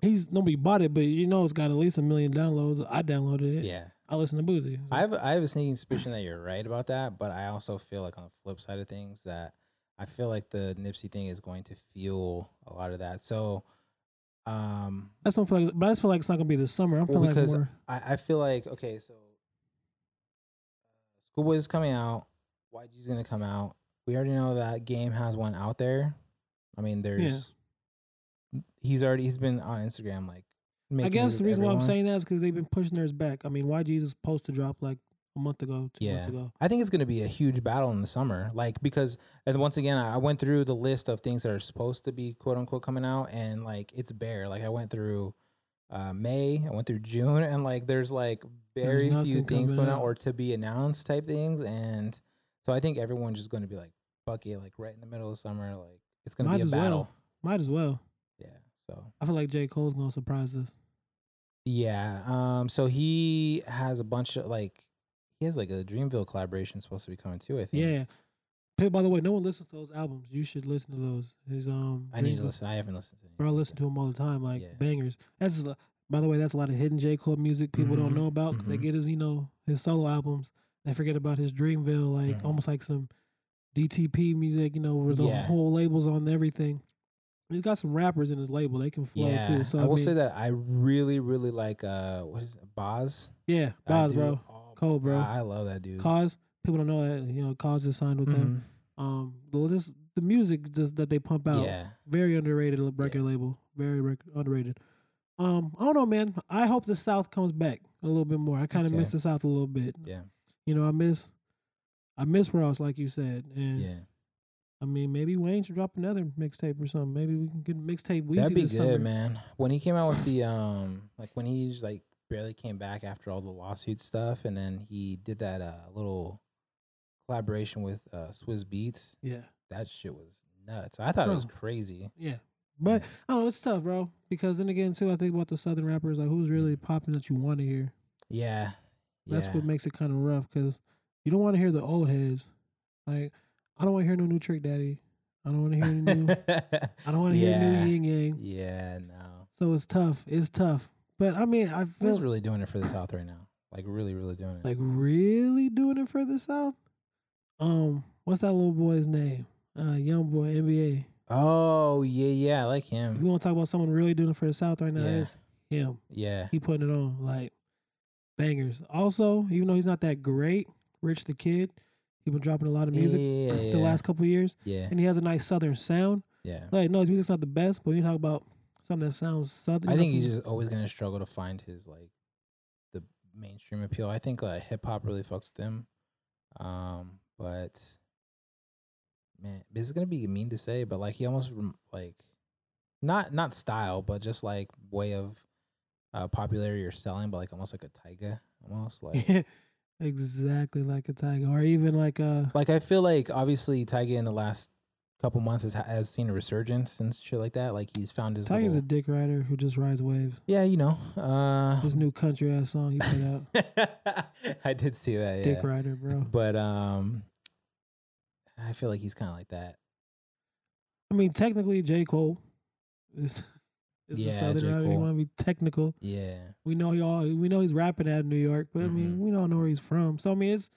he's nobody bought it, but you know it's got at least a million downloads. I downloaded it.
[laughs] yeah.
I listen to Boozy.
I have I have a sneaking suspicion that you're right about that, but I also feel like on the flip side of things that I feel like the Nipsey thing is going to fuel a lot of that. So, um,
I just don't feel like, but I just feel like it's not gonna be this summer. I'm
Well,
feeling like
because-
more.
I, I feel like okay, so Schoolboy's coming out, YG's gonna come out. We already know that Game has one out there. I mean, there's he's already he's been on Instagram like.
I
making
guess
music
the
with
reason why I'm
everyone.
saying that is because they've been pushing theirs back. I mean, YG is supposed to drop like a month ago, two months
Yeah.
ago.
I think it's going to be a huge battle in the summer, like because and once again, I I went through the list of things that are supposed to be quote unquote coming out, and like it's bare. Like I went through uh, May, I went through June, and like there's like very few
nothing
things
coming
going out
out.
or to be announced type things, and so I think everyone's just going to be like bucket, like right in the middle of summer, like it's going to
Might
be a
as
battle.
well. Might as well.
Yeah. So
I feel like J Cole's gonna surprise us.
Yeah. Um. So he has a bunch of like he has like a Dreamville collaboration supposed to be coming too. I think.
Yeah. Hey, by the way, no one listens to those albums. You should listen to those. His um,
I need to
Dreamville-
listen. I haven't listened to it.
Bro, I listen to them all the time, like
Yeah.
bangers. That's a- by the way, that's a lot of hidden J Cole music people
Mhm,
don't know about because
mhm.
they get his, you know, his solo albums. They forget about his Dreamville, like
Mhm.
almost like some DTP music, you know, where the
Yeah.
whole labels on everything. He's got some rappers in his label; they can flow
yeah.
too. So
I will
mean,
say that I really, really like uh what is it, Boz?
yeah,
I
Boz,
do-
bro,
oh my
Cole, bro.
God, I love that dude.
Cause people don't know that you know Cause is signed with them.
Mhm.
Um, but this the music just that they pump out,
Mm-hmm. Yeah.
very underrated l- record label. Very rec- underrated. Um, I don't know, man. I hope the South comes back a little bit more. I kind of
Okay.
miss the South a little bit.
Yeah.
You know, I miss, I miss Ross, like you said, and
Yeah.
I mean, maybe Wayne should drop another mixtape or something. Maybe we can get a mixtape Weezy
That'd be good,
this summer.
man. When he came out with the um like when he just, like barely came back after all the lawsuit stuff and then he did that uh little collaboration with uh Swiss Beats,
Yeah,
that shit was nuts. I thought it was
Bro.
crazy.
yeah. But
Yeah.
I don't know, it's tough, bro. Because then again, too, I think about the Southern rappers, like who's really popping that you want to hear.
Yeah.
That's
Mm-hmm. yeah.
what makes it kind of rough because you don't want to hear the old heads. Like, I don't want to hear no new Trick Daddy. I don't want to hear any new. I don't want to hear
Yeah.
new Yin Yang.
[laughs] yeah, no.
So it's tough. It's tough. But I mean, I
Who's
feel
really doing it for the South right now? Like really, really doing it.
like really doing it for the South. Um, what's that little boy's name? Uh, young boy NBA.
oh yeah, yeah, I like
If
him.
you want to talk about someone really doing it for the South right now,
Yeah.
it's him.
Yeah,
He putting it on like bangers. Also, even though he's not that great, Rich the Kid, he been dropping a lot of music
Yeah, yeah,
the last couple years,
yeah,
and he has a nice Southern sound.
yeah.
Like, no, his music's not the best, but when you talk about something that sounds Southern,
I
you know,
think he's
from-
just always gonna struggle to find his like the mainstream appeal. I think like hip hop really fucks with him. Um, but man, this is gonna be mean to say, but like he almost rem- like not not style, but just like way of uh popularity or selling, but like almost like a Tyga, almost like
Yeah, exactly like a tiger, or even like uh, a
like I feel like obviously Tyga in the last couple months has has seen a resurgence and shit like that. Like he's found his
tiger's a
little-
dick rider who just rides waves.
yeah, you know. Uh,
This new country ass song he put out,
[laughs] I did see that.
Dick
Yeah.
Rider,
[laughs]
bro.
But um, I feel like he's kind of like that.
I mean, technically J Cole is, is
Yeah,
the Southern
J.
rider. You
Cole.
want to be technical?
Yeah.
We know y'all. We know he's rapping out of New York, but I mean,
Mhm.
we don't know where he's from. So I mean, it's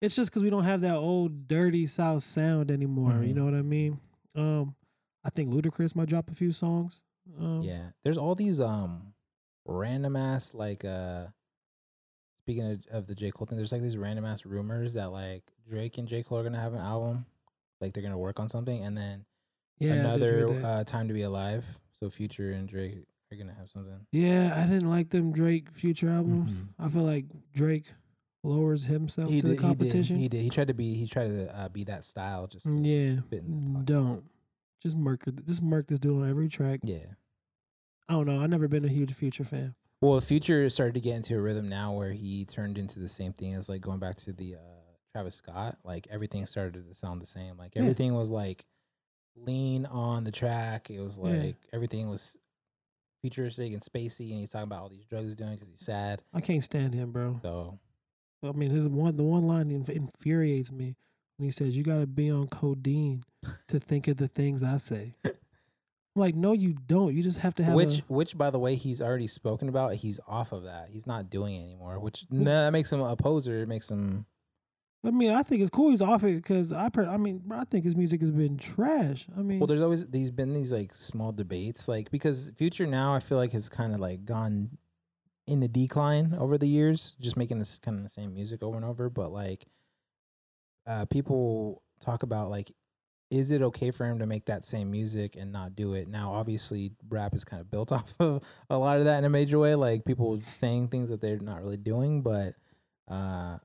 it's just because we don't have that old dirty South sound anymore. You
Mhm.
know what I mean? Um, I think Ludacris might drop a few songs. Um,
Yeah. There's all these um random ass like uh speaking of, of the J Cole thing, there's like these random ass rumors that like Drake and J Cole are gonna have an album, like they're gonna work on something, and then
yeah, I did
another
read that.
uh, time to be alive. So Future and Drake are gonna have something.
Yeah, I didn't like them Drake future albums.
Mhm.
I feel like Drake lowers himself to the competition. Mm.
He did. He did. He tried to be. He tried to uh, be that style. Just to
yeah,
fit in that pocket.
don't just murk it- just murk this dude on every track.
Yeah.
I don't know. I've never been a huge future fan.
Well, Future started to get into a rhythm now where he turned into the same thing as like going back to the uh, Travis Scott. Like everything started to sound the same. Like
Yeah.
everything was like lean on the track. It was
Yeah.
like everything was futuristic and spacey, and he's talking about all these drugs he's doing because he's sad.
I can't stand him, bro.
So
I mean, his one the one line inf- infuriates me when he says, "You got to be on codeine to think of the things I say." I'm like, no, you don't. You just have to have
which
a-
which by the way he's already spoken about he's off of that he's not doing it anymore which nah, that makes him a poser it makes him
I mean, I think it's cool he's off it because I, per- I mean, bro, I think his music has been trash. I mean,
well there's always these been these like small debates like because future now i feel like has kind of like gone in the decline over the years just making this kind of the same music over and over but like uh people talk about like is it okay for him to make that same music and not do it now obviously rap is kind of built [laughs] off of a lot of that in a major way like people saying things that they're not really doing but uh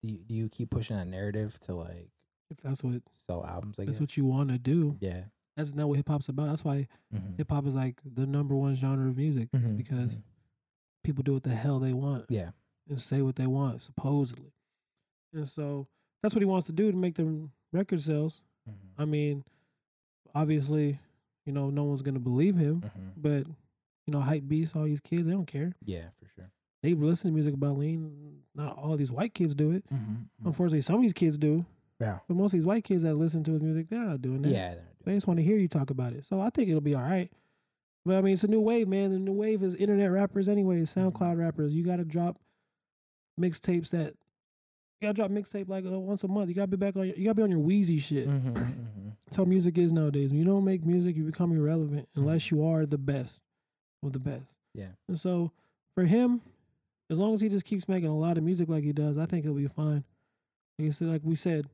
do you, do you keep pushing that narrative to like
if that's what
sell albums i
that's
guess
what you want to do.
yeah
That's not what hip hop's about. That's why
Mhm.
hip hop is like the number one genre of music is
Mhm,
because
mhm.
people do what the hell they want
Mm-hmm. yeah
and say what they want supposedly, and so that's what he wants to do to make the record sales. I mean, obviously, you know, no one's gonna believe him,
Mhm.
but you know, hype beasts, all these kids, they don't care.
yeah for sure
They listen to music about lean. Not all these white kids do it.
mm-hmm.
Unfortunately, some of these kids do.
Yeah.
But most of these white kids that listen to his music, they're not doing that.
yeah they're-
They just want to hear you talk about it. So I think it'll be all right. But I mean, it's a new wave, man. The new wave is internet rappers anyway,
Mhm.
SoundCloud rappers. You got to drop mixtapes that you got to drop mixtape like uh, once a month. You got to be back on your, you got to be on your wheezy shit.
Mhm, mhm.
That's how music is nowadays. When you don't make music, you become irrelevant unless you are the best of the best.
Yeah.
And so for him, as long as he just keeps making a lot of music like he does, I think he'll be fine. Like, you said, like we said,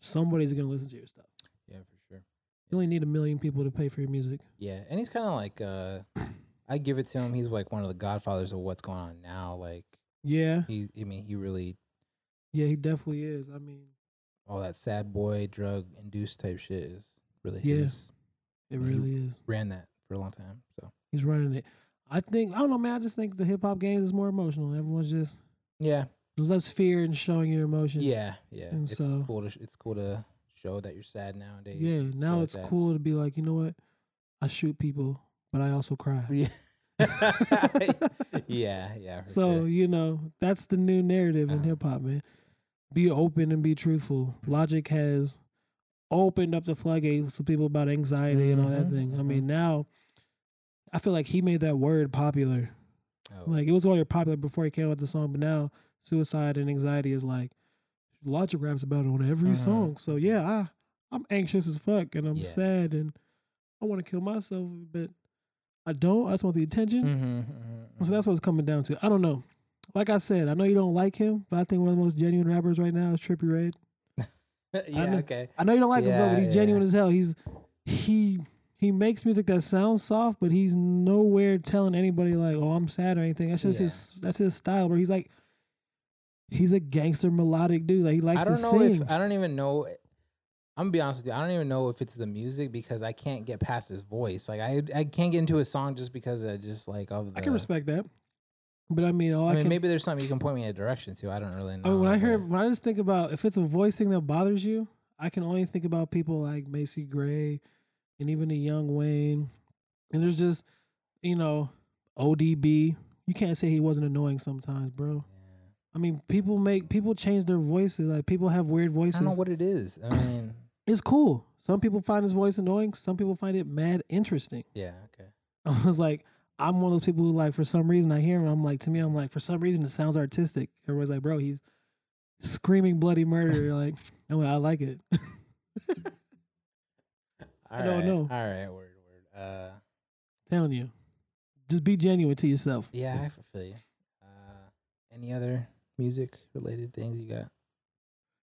somebody's going to listen to your stuff.
yeah for sure
You only need a million people to pay for your music.
yeah and he's kind of like uh i give it to him he's like one of the godfathers of what's going on now like
Yeah.
he's i mean he really
Yeah, he definitely is. I mean,
all that sad boy drug induced type shit is really
Yeah.
his
it
Yeah, he-
really is.
ran that for a long time so
He's running it. I think, I don't know, man. I just think the hip hop game is more emotional. Everyone's just,
yeah
there's less fear in showing your emotions.
yeah yeah
and
it's
so-
cool to sh- it's cool to show that you're sad nowadays
Yeah.
and shit
Now
like
it's
that.
cool to be like, you know what? I shoot people, but I also cry.
[laughs]
[laughs]
Yeah. [laughs] yeah yeah for
So,
sure.
you know, that's the new narrative in
Uh-huh.
hip hop, man. Be open and be truthful. Logic has opened up the floodgates for people about anxiety and all that
Mhm,
thing. I
mhm.
mean, now I feel like he made that word popular.
Oh,
Like it was already popular before he came out with the song, but now suicide and anxiety is like Logic raps about it on every
Mhm.
song. So yeah, I I'm anxious as fuck and I'm
Yeah.
sad and I want to kill myself, but I don't. I just want the attention.
Mhm, mhm,
So that's what it's coming down to. I don't know. Like I said, I know you don't like him, but I think one of the most genuine rappers right now is Trippy Red.
mhm. [laughs] yeah.
know-
Okay.
I know you don't like him, bro,
Yeah,
but he's
yeah.
genuine as hell. He's he he makes music that sounds soft, but he's nowhere telling anybody like, "Oh, I'm sad" or anything. That's just
Yeah.
his that's his style. Where he's like, he's a gangster melodic dude. Like he likes
I don't
to
know
sing.
if I don't even know. I'm gonna be honest with you. I don't even know if it's the music because I can't get past his voice. Like I, I can't get into his song just because I just like of the.
I can respect that, but I mean, all
I
I,
mean,
can.
maybe there's something you can point me in a direction to. I don't really know.
I mean, Oh, when I hear
but-
when I just think about if it's a voice thing that bothers you, I can only think about people like Macy Gray, and even the Young Wayne, and there's just you know ODB. You can't say he wasn't annoying sometimes, bro. I mean, people make people change their voices. Like people have weird
I
voices.
don't know what it is. I
[coughs]
mean,
it's cool. Some people find his voice annoying. Some people find it mad interesting.
yeah, okay.
[laughs] I was like, I'm one of those people who like for some reason I hear him. I'm like, to me, I'm like, for some reason it sounds artistic. Everybody's like, bro, he's screaming bloody murder.
[laughs]
You're like, I'm like, I like it. [laughs] I don't
Alright,
know.
All right, word, word. Uh,
telling you, just be genuine to yourself.
yeah, I f- feel you. Uh, any other music related things you got?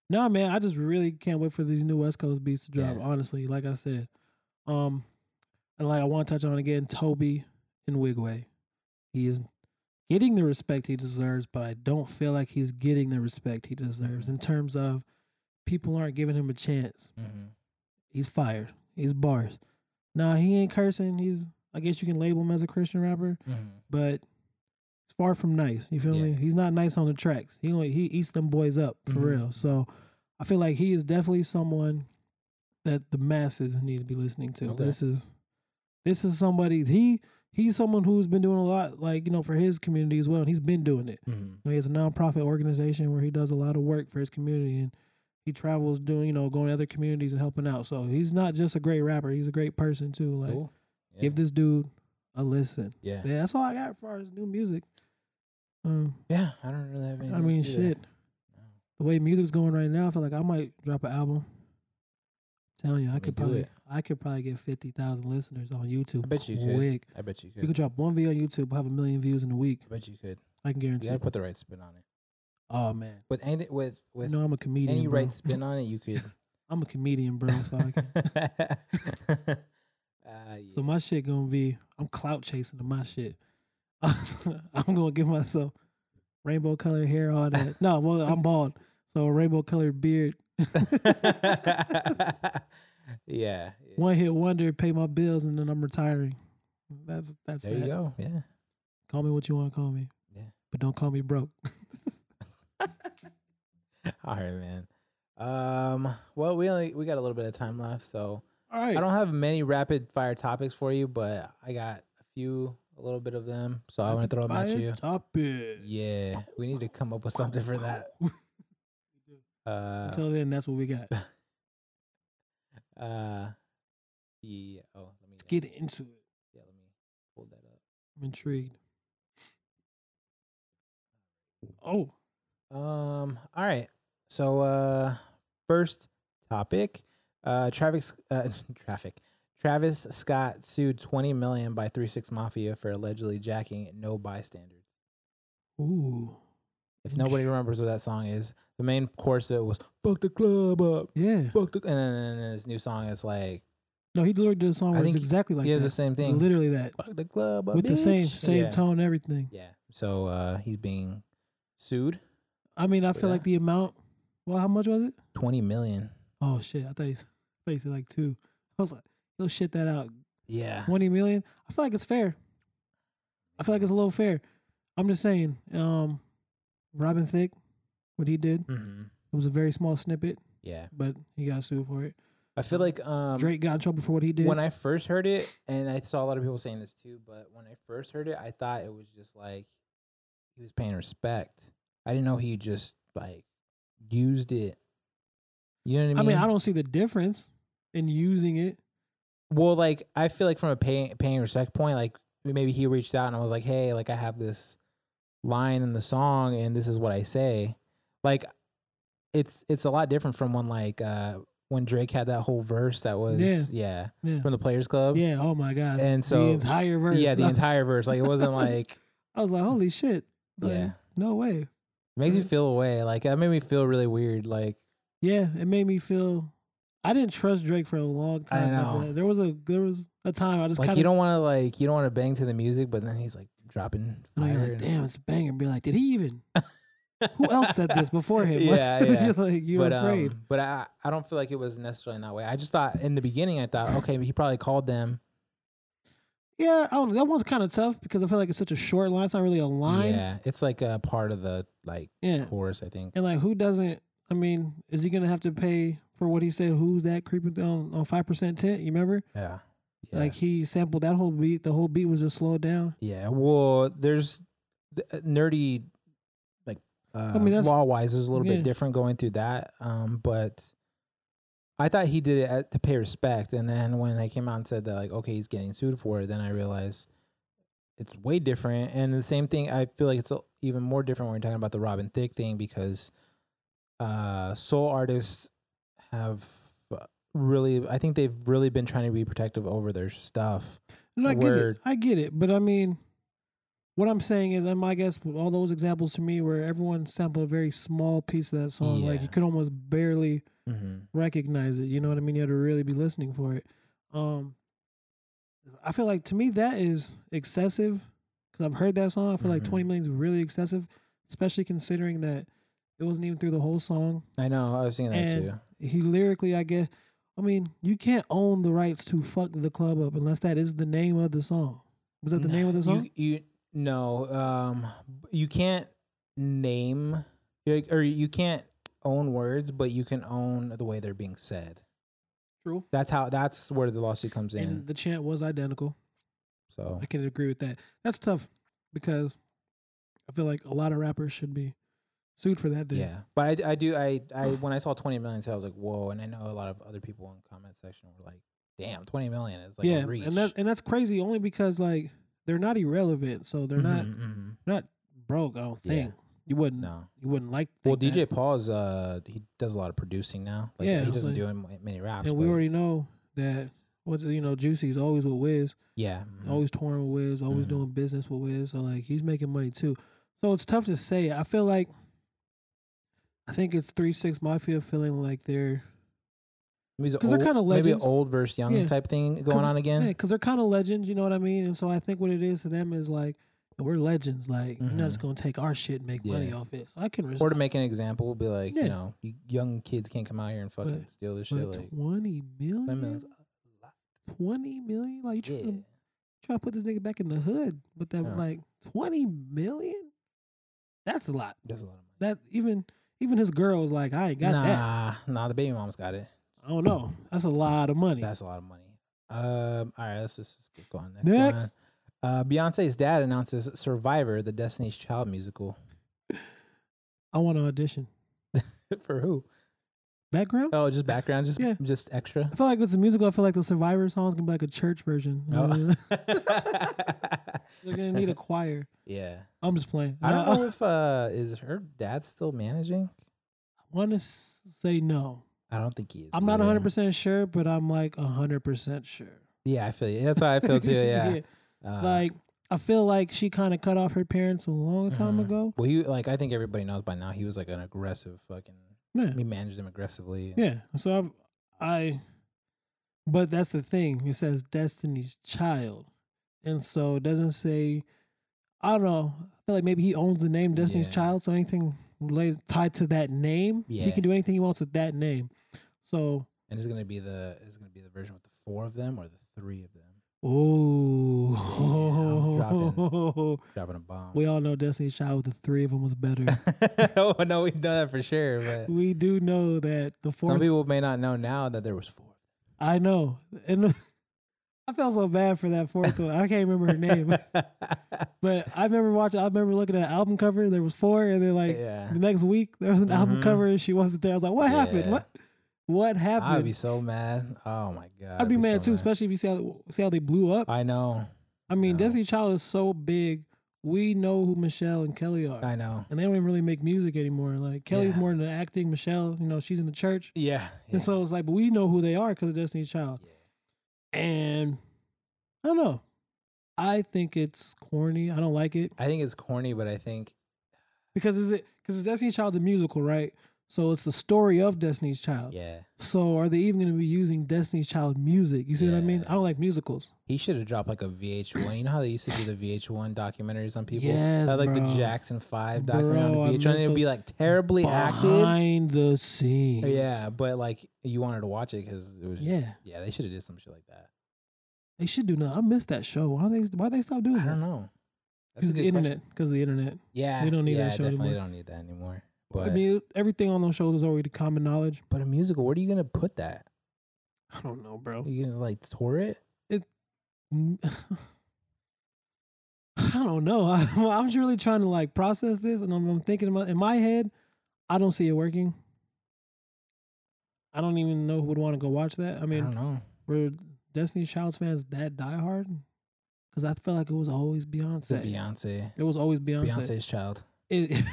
No, man, I just really can't wait for these new West Coast beats to drop.
Yeah.
Honestly, like I said, um, and like I want to touch on again, Toby and Wigway. He is getting the respect he deserves, but I don't feel like he's getting the respect he deserves in terms of people aren't giving him a chance.
Mm-hmm.
He's fired. He's bars. Nah, he ain't cursing. He's I guess you can label him as a Christian rapper,
Mm-hmm.
but it's far from nice. You feel
Yeah.
me? He's not nice on the tracks. He only, he eats them boys up for
Mhm.
real. So I feel like he is definitely someone that the masses need to be listening to.
Okay.
This is this is somebody he he's someone who's been doing a lot like you know for his community as well. And he's been doing it.
Mm-hmm.
You know, he has a nonprofit organization where he does a lot of work for his community and he travels doing you know going to other communities and helping out. So he's not just a great rapper. He's a great person too. Like
Cool. Yeah.
give this dude a listen.
yeah.
Yeah, that's all I got as far as new music. Um,
Yeah, I don't really have anything.
I mean,
to say there.
shit. The way music's going right now, I feel like I might drop an album. telling you, I
Let
could
me do
probably,
it.
I could probably get fifty thousand listeners on YouTube.
I bet you could.
quick.
I bet you
We
could.
could drop one video on YouTube, have a million views in a week.
I bet you could.
I can
You
guarantee.
gotta
it.
put the right spin on it.
Oh man,
With anything, with with
you know I'm a comedian.
any
bro.
right spin on it, you
[laughs]
could.
I'm a comedian, bro. So,
[laughs]
I can,
Ah, yeah.
so my shit gonna be, I'm clout chasing to my shit. [laughs] I'm gonna give myself rainbow colored hair, all
[laughs]
that. no, well, I'm bald, so a rainbow colored beard.
[laughs] yeah. yeah.
one hit wonder, pay my bills, and then I'm retiring. That's that's
There you
that.
go. Yeah.
Call me what you want to call me.
Yeah.
But don't call me broke. [laughs]
All right, man. Um. Well, we only we got a little bit of time left, so
All right.
I don't have many rapid fire topics for you, but I got a few, a little bit of them. So I want to throw them at you.
Topic.
Yeah, we need to come up with something
[laughs]
for that. Uh,
Until then, that's what we got. Let's
uh, yeah. Oh, let me
get into it.
Yeah, let me pull that up.
I'm intrigued. Oh,
Um. All right. So, uh, first topic. Uh, Travis. Uh, [laughs] traffic. Travis Scott sued 20 million by Three Six Mafia for allegedly jacking no bystanders.
ooh,
If nobody remembers what that song is, the main chorus of it was "Fuck the club up,
yeah.
fuck the," and then and this new song is like,
No, he literally did a song
I
where it's
think he-
exactly like
he has
that.
the same thing.
Literally that,
fuck the club up
with the same
bitch."
same
yeah.
tone, and everything.
Yeah. So uh, he's being sued
I mean, I
For
feel like
that.
the amount. Well, how much was it?
20 million.
Oh shit! I thought you, [laughs] I thought you said like two. I was like, he'll shit that
[sighs]
out.
Yeah.
20 million i feel like it's fair i feel like it's a little fair i'm just saying um robin thicke what he did
Mm-hmm.
it was a very small snippet
Yeah.
but he got sued for it
I feel like um,
drake got in trouble for what he did
when I first heard it, and I saw a lot of people saying this too, but when I first heard it, I thought it was just like he was paying respect. I didn't know he just like used it. You know what
I
I mean?
mean i don't see the difference in using it
Well, like I feel like from a paying paying respect point, like maybe he reached out and I was like, hey, like I have this line in the song and this is what I say. Like it's it's a lot different from when like uh when Drake had that whole verse that was
Yeah.
yeah,
Yeah.
from the Players Club.
Yeah. Oh my God.
And so-
the entire verse.
Yeah,
[laughs]
the
I-
entire verse. Like
[laughs]
it wasn't like
I was like, holy shit. Like,
Yeah.
No way.
makes me
Mhm.
feel away. Like that made me feel really weird. Like
Yeah. It made me feel. I didn't trust Drake for a long
I
time. after
know.
that. There was a there was a time I just
like
kind
you
of
don't want to like you don't want to bang to the music, but then he's like dropping fire.
you're like,
and-
damn, it's a banger. Be like, did he even? Who else said this before him? [laughs] Like,
Yeah, yeah.
you're like you're
but
afraid.
um, but I I don't feel like it was necessarily in that way. I just thought in the beginning I thought okay he probably called them.
yeah. I don't know. That one's kind of tough because I feel like it's such a short line. It's not really a line.
Yeah, it's like a part of the like
yeah.
chorus I think.
And like, who doesn't? I mean, is he gonna have to pay for what he said? Who's that creeping on on five percent tent? You remember?
Yeah.
Like he sampled that whole beat. The whole beat was just slowed down.
Yeah, well, there's th- uh, nerdy, like uh,
mean, that's-
law wise, is a little
yeah.
bit different going through that. Um, but I thought he did it at, to pay respect, and then when they came out and said that, like, okay, he's getting sued for it, then I realized it's way different. And the same thing, I feel like it's a- even more different when we're talking about the Robin Thicke thing because uh, soul artists have uh, really, I think they've really been trying to be protective over their stuff.
No, I get it.
Word.
I get it. But I mean, what I'm saying is, um, I guess with all those examples to me where everyone sampled a very small piece of that song, like
Yeah.
you could almost barely
Mm-hmm.
recognize it. You know what I mean? You had to really be listening for it. Um, I feel like to me that is excessive because I've heard that song. I feel like
Mhm.
20 million is really excessive, especially considering that it wasn't even through the whole song.
I know. I was thinking that
And-
too.
He lyrically, I guess, I mean, you can't own the rights to fuck the club up unless that is the name of the song. Was that the name of the song?
You, you no, um, you can't name like, or you can't own words, but you can own the way they're being said.
True.
That's how. That's where the lawsuit comes in.
And the chant was identical.
so
I can agree with that. That's tough because I feel like a lot of rappers should be sued for that. Then.
yeah, but I, I do. I,
[sighs]
I when I saw twenty million, so I was like, whoa. And I know a lot of other people in the comment section were like, damn, twenty million is like
yeah,
a reach.
and that and that's crazy only because like they're not irrelevant, so they're not
Mhm, mhm.
not broke. I don't
Yeah.
think you wouldn't
no.
you wouldn't like.
Well,
think
DJ Paul's uh, he does a lot of producing now. Like,
Yeah, I
he
was
doesn't
like-
do m- many
that.
raps.
and we
but-
already know that what's you know Juicy's always with Wiz,
yeah, mhm.
always touring with Wiz, always
Mhm.
doing business with Wiz, so like he's making money too. So it's tough to say. I feel like I think it's three six mafia feeling like they're
Maybe it's a
'Cause they're
old-
kinda
maybe a
legends.
old versus young
Yeah.
type thing going
'Cause-
on again.
Yeah, because they're kind of legends, you know what I mean? And so I think what it is to them is like, we're legends. Like, you're not just going to take our shit and make money
Mm-hmm. Yeah.
off it. So I can
Or
respect
to make an example, be like,
Yeah.
you know, you young kids can't come out here and fucking
But-
steal this shit.
but
Like,
20 million?
million's
20 million? Like, you trying,
yeah.
to, trying to put this nigga back in the hood with that,
Yeah.
like, 20 million? That's a lot.
That's a lot of money.
That even even his girl was like, I ain't got
nah,
that.
nah, the baby mom's got it.
I don't know. That's a lot of money.
That's a lot of money. Um, all right, let's just let's go on next.
Next.
one. Uh, Beyonce's dad announces Survivor, the Destiny's Child musical. [laughs]
I want to audition.
For who?
Background?
Oh, just background, just
Yeah.
just extra.
[laughs] I feel like it's a musical. I feel like the Survivor songs can be like a church version.
[laughs] Oh.
[laughs] They're going to need a choir.
yeah,
I'm just playing.
I
No,
don't know if uh, is her dad still managing.
want to say no.
I don't think he is.
I'm not
either.
100% sure, but I'm like 100% sure.
[laughs] Yeah, I feel you. That's how I feel
[laughs]
too. Yeah. Uh,
Like, I feel like she kind of cut off her parents a long time
mhm.
ago.
Well, you like I think everybody knows by now he was like an aggressive fucking.
Yeah.
He managed him aggressively.
Yeah. So I've, I, but that's the thing. It says Destiny's Child. And so it doesn't say, I don't know. I feel like maybe he owns the name Destiny's
Yeah.
Child. So anything related, tied to that name, he
Yeah.
can do anything he wants with that name. So,
And it's gonna be the it's gonna be the version with the four of them or the three of them
Oh,
dropping a bomb. [laughs]
we all know Destiny's Child with the three of them was better.
oh no, we know that for sure.
[laughs]
But
we do know that the
some
fourth.
people may not know now that there was
[laughs]
four.
I know, and [laughs] I felt so bad for that fourth one. I can't remember her name, but I remember watching. I remember looking at an album cover. and There was four, and then like
[laughs] yeah.
the next week there was an album
Mhm.
cover and she wasn't there. I was like, "What happened?
Yeah.
What? What happened?"
I'd be so mad. Oh my god.
I'd be mad
so
too, especially if you see how see how they blew up.
I know.
I mean,
No.
Destiny Child is so big. We know who Michelle and Kelly are, [laughs]
I know.
and they don't even really make music anymore. Like Kelly's
Yeah.
more into acting. Michelle, you know, she's in the church,
Yeah. yeah.
and so it's like, but we know who they are because of Destiny Child. And I don't know. I think it's corny. I don't like it
I think it's corny, but I think
because is it because it's Destiny Child the musical, right? So it's the story of Destiny's Child.
yeah,
So are they even going to be using Destiny's Child music? You see what I mean?
Yeah.
I don't like musicals.
he should have dropped like a VH1. You know how they used to do the VH1 documentaries on people.
Yes,
Had, like
bro.
the Jackson Five documentary
Bro, I
on VH1.
miss
It'd be
those
like terribly acted.
Behind the scenes.
Yeah, but like you wanted to watch it because it was just, yeah,
Yeah.
They should have did some shit like that.
They should do that. I miss that show. Why they why they stop doing
I don't
that?
know.
Because
a
the
good question.
internet. Because the internet.
Yeah,
We don't need
yeah,
that show
Definitely
anymore.
don't need that anymore. But
I mean, everything on those shows is already common knowledge. [laughs]
but a musical, where are you gonna put that?
I don't know, bro.
you gonna like tour it?
N- [laughs] I don't know. [laughs] I'm, I'm just really trying to like process this, and I'm, I'm thinking about in my head. I don't see it working. I don't even know who would want to go watch that. I
I,
mean,
don't know.
were Destiny Child's fans that diehard? Because I felt like it was always
It's a
Beyonce.
Beyonce.
It was always Beyonce. [laughs]
Beyonce's child. [laughs]
It-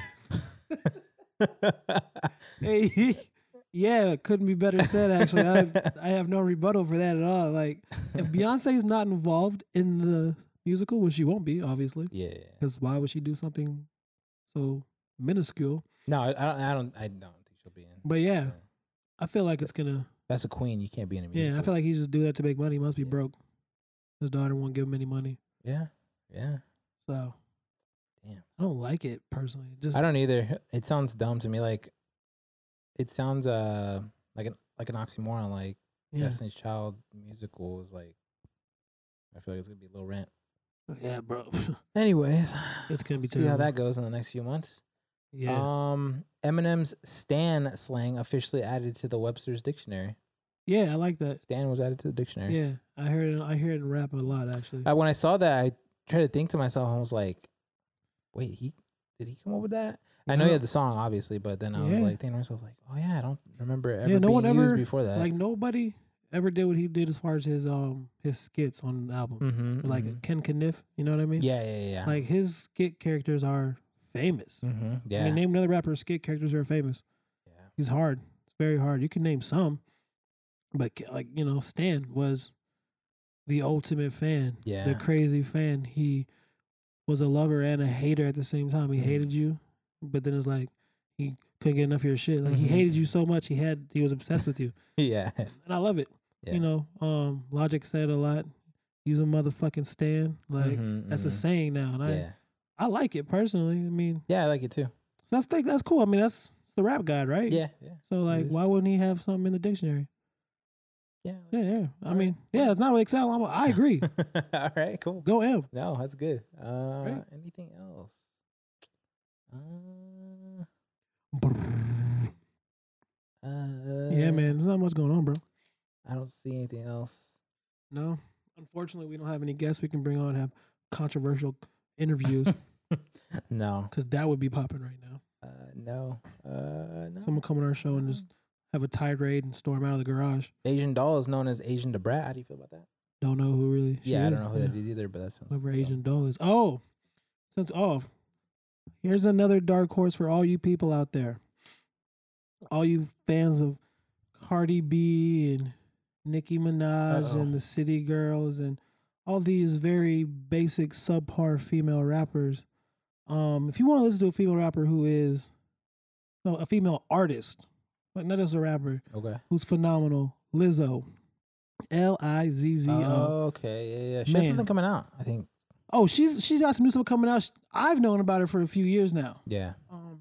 hey, [laughs] yeah, it couldn't be better said. Actually, I, I have no rebuttal for that at all. Like,
[laughs]
if Beyonce is not involved in the musical, which she won't be, obviously,
yeah.
because why would she do something so minuscule?
No, I I don't. I don't. I don't think she'll be in.
But yeah, I feel like it's gonna.
That's a queen. You can't be in a musical.
Yeah, I feel like he just do that to make money. He must be
Yeah.
broke. His daughter won't give him any money,
Yeah. Yeah.
so.
Damn.
I don't like it personally. Just
I don't either. It sounds dumb to me. Like, it sounds uh like an like an oxymoron. Like
yeah.
Destiny's Child musical is like. I feel like it's gonna be low rent.
[laughs] yeah, bro. [laughs]
Anyways, [sighs]
it's gonna be
see
terrible.
how that goes in the next few months.
yeah.
Um, Eminem's Stan slang officially added to the Webster's dictionary.
Yeah, I like that.
Stan was added to the dictionary.
Yeah, I heard it. I hear it in rap a lot actually.
I, when I saw that, I tried to think to myself. I was like, "Wait, he did he come up with that?" I know he
Yeah.
had the song, obviously, but then I was
Yeah.
like thinking to myself, like, "Oh yeah, I don't remember it ever
Yeah, no
being
one
used
ever,
before that."
like nobody ever did what he did as far as his um his skits on albums.
Mhm,
Like
mhm.
Ken Kniff, you know what I mean?
yeah, yeah, yeah, yeah.
Like his skit characters are famous.
Mhm, yeah,
I mean, name another rapper's skit characters who are famous.
yeah.
He's hard. It's very hard. You can name some, but ca- like you know, Stan was the ultimate fan. The
Yeah.
crazy fan. He was a lover and a hater at the same time. He
Mhm.
hated you, but then it's like he couldn't get enough of your shit. Like he
Mhm.
hated you so much, he had he was obsessed with you,
[laughs] yeah,
and I love it.
Yeah.
You know, um, Logic said a lot. Use a motherfucking Stan. Like
Mhm,
that's a
mhm.
saying now, and I
yeah,
I like it personally. I mean,
yeah, I like it too.
so that's like that's cool. I mean, that's the rap god, right?
Yeah, yeah,
So like,
is.
why wouldn't he have something in the dictionary?
yeah.
Yeah, yeah. I
Alright.
mean, yeah, it's not really Excel. I'm, I
[laughs]
agree.
All right, cool.
Go M.
No, that's good. Uh,
Right.
anything else? Uh, uh,
Yeah, man. There's not much going on, bro.
I don't see anything else.
No, unfortunately, we don't have any guests we can bring on and have controversial
[laughs]
interviews
No.
because that would be popping right now.
Uh, no. Uh, no.
Someone come on our show and just have a tirade and storm out of the garage.
Asian doll is known as Asian Debrat. How do you feel about that?
Don't know who really. She
yeah, I
is.
don't know who that
Yeah.
is either, but that sounds.
Whoever
cool.
Asian doll is. Oh, since off. Here's another dark horse for all you people out there. All you fans of Cardi B and Nicki Minaj
Uh-oh.
and the City Girls and all these very basic subpar female rappers. Um, if you want to listen to a female rapper who is no a female artist, but not just a rapper,
Okay.
who's phenomenal, Lizzo. L I Z Z O.
okay. Yeah, yeah. She has something
uh, Man.
coming out. I think.
Oh, she's she's got some new stuff coming out. Sh- I've known about her for a few years now.
Yeah.
Um,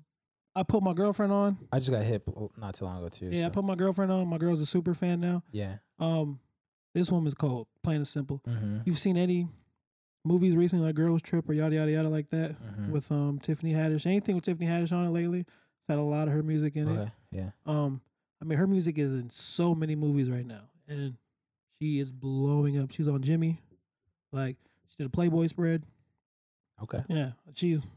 I put my girlfriend on.
I just got hit l- not too long ago too.
Yeah, I
so-
put my girlfriend on. My girl's a super fan now.
yeah.
Um, this woman's cold, plain and simple.
Mm-hmm.
You've seen any movies recently, like Girls Trip or yada yada yada, like that,
Mhm.
with um Tiffany Haddish. Anything with Tiffany Haddish on it lately? It's had a lot of her music in it.
Okay. Yeah.
Um, I mean, her music is in so many movies right now, and she is blowing up. She's on Jimmy, like she did a Playboy spread.
Okay.
Yeah, she's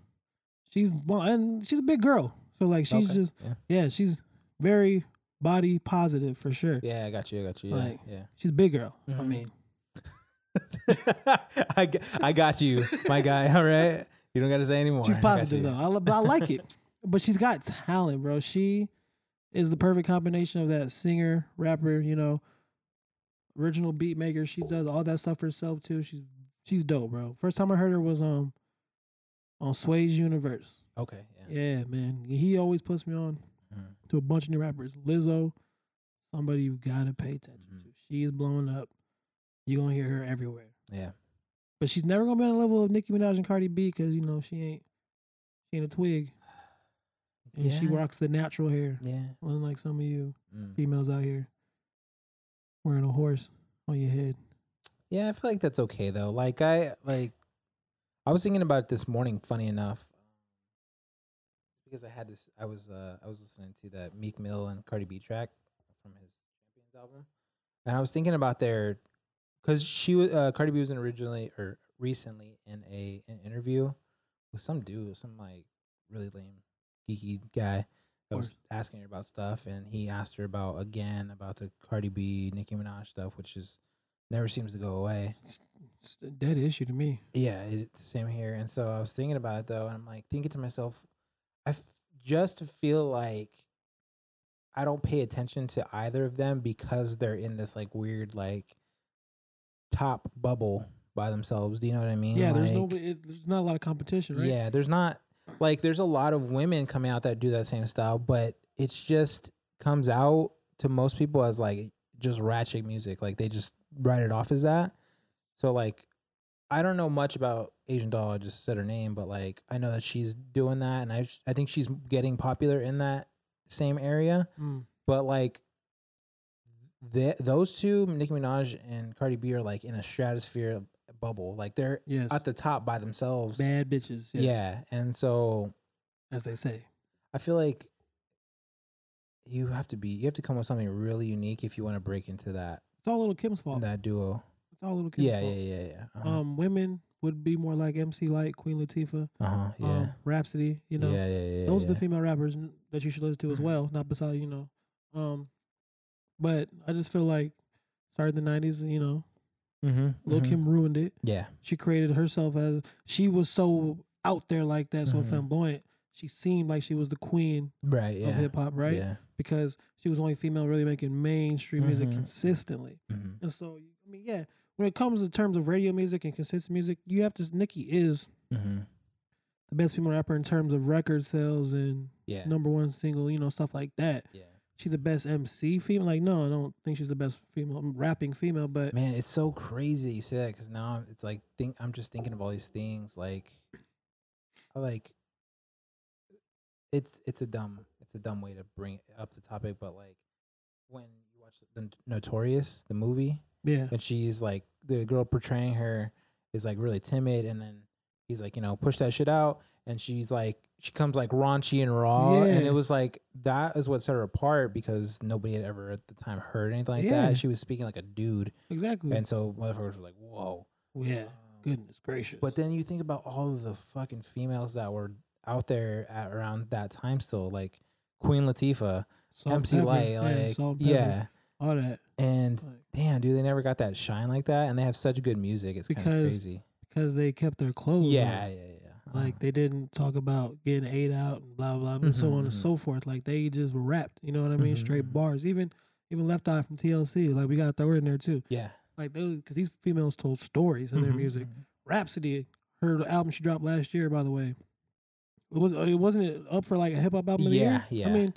she's well, and she's a big girl, so like she's
Okay.
just
Yeah.
yeah, she's very body positive for sure.
Yeah, [laughs] I got you. I got you. Yeah.
Like-
yeah.
She's a big girl. I
Mhm.
mean,
I, g- I got you, my guy. All right. You don't got to say anymore.
She's positive though. I, li- but I like
[laughs]
it. But she's got talent, bro. She is the perfect combination of that singer, rapper, you know, original beat maker. She does all that stuff herself too. She's she's dope, bro. First time I heard her was um on Sway's Universe.
though. Okay. Yeah.
Yeah, man. He always puts me on
Mhm.
to a bunch of new rappers. Lizzo, somebody you gotta pay attention
Mhm.
to. She's blowing up. You're gonna hear her everywhere.
Yeah.
But she's never gonna be on the level of Nicki Minaj and Cardi B because you know she ain't she ain't a twig. And she
Yeah.
rocks the natural hair.
Yeah.
Unlike some of you
Mm.
females out here wearing a horse on your head.
Yeah, I feel like that's okay though. Like I like I was thinking about it this morning, funny enough. Because I had this I was uh I was listening to that Meek Mill and Cardi B track from his Champions album. And I was thinking about their cuz she was uh, Cardi B was in originally or recently in a an interview with some dude, some like really lame geeky guy that was asking her about stuff and he asked her about again about the Cardi B Nicki Minaj stuff, which is never seems to go away.
It's a dead issue to me.
Yeah, it's the same here. And so I was thinking about it though, and I'm like thinking to myself, I f- just feel like I don't pay attention to either of them because they're in this like weird like top bubble by themselves. Do you know what I mean?
Yeah, there's no
Like,
it, there's not a lot of competition, right?
yeah, there's not like there's a lot of women coming out that do that same style, but it's just comes out to most people as like just ratchet music. Like they just write it off as that. So like I don't know much about Asian Doll. I just said her name, but like I know that she's doing that, and I I think she's getting popular in that same area
Mm.
but like th- those two, Nicki Minaj and Cardi B, are like in a stratosphere bubble. Like they're
Yes.
at the top by themselves.
Bad bitches. yes,
Yeah, and so
As they say.
I feel like you have to be you have to come with something really unique if you want to break into that
It's all little Kim's fault.
that duo.
It's all little Kim's
Yeah,
fault.
yeah, yeah, yeah. Uh-huh.
Um, women would be more like MC Light, Queen Latifah,
uh-huh, yeah.
um, Rhapsody. You know,
yeah, yeah, yeah,
those are the
yeah.
female rappers n- that you should listen to as
Mhm.
well. Not beside you know, um, but I just feel like started the '90s. You know,
Mhm,
Lil
mhm.
Kim ruined it.
Yeah,
She created herself as she was so out there like that, so
Mhm.
flamboyant. She seemed like she was the queen
right. Yeah,
of hip hop, right?
Yeah.
Because she was the only female really making mainstream music
Mhm.
consistently.
hmm
And so, I mean, yeah, when it comes to terms of radio music and consistent music, you have to. Nicki is
hmm
the best female rapper in terms of record sales and
Yeah.
number one single, you know, stuff like that.
Yeah.
She's the best MC female. Like, no, I don't think she's the best female um, rapping female, but
Man, it's so crazy that you say that because now it's like think I'm just thinking of all these things. Like, I like it's it's a dumb it's a dumb way to bring up the topic, but like when you watch the Notorious the movie
yeah,
and she's like the girl portraying her is like really timid, and then he's like you know push that shit out, and she's like she comes like raunchy and raw, and
Yeah.
it was like that is what set her apart because nobody had ever at the time heard anything like
Yeah.
that. She was speaking like a dude.
exactly.
And so motherfuckers were like, whoa.
yeah,
Um,
goodness gracious.
But then you think about all of the fucking females that were out there at around that time still, like Queen Latifah,
Salt and
MC
pepper.
Light,
yeah,
like,
salt and pepper,
yeah.
all that
And
Like,
damn, dude, they never got that shine like that. And they have such good music. It's kind of
Because
crazy.
because they kept their clothes.
Yeah, yeah,
on.
yeah. uh-huh.
like they didn't talk about getting ate out and blah blah, blah and so
Mhm,
on
mhm.
and so forth. Like they just rapped, you know what I mean?
Mhm,
Straight
mhm.
bars, even even Left Eye from TLC. Like we got to throw it in there too.
yeah.
Like those because these females told stories in their
Mhm,
music.
mhm.
Rhapsody, her album she dropped last year, by the way. It was uh, it wasn't it up for like a hip hop album. of the
Yeah,
year?
yeah.
I mean,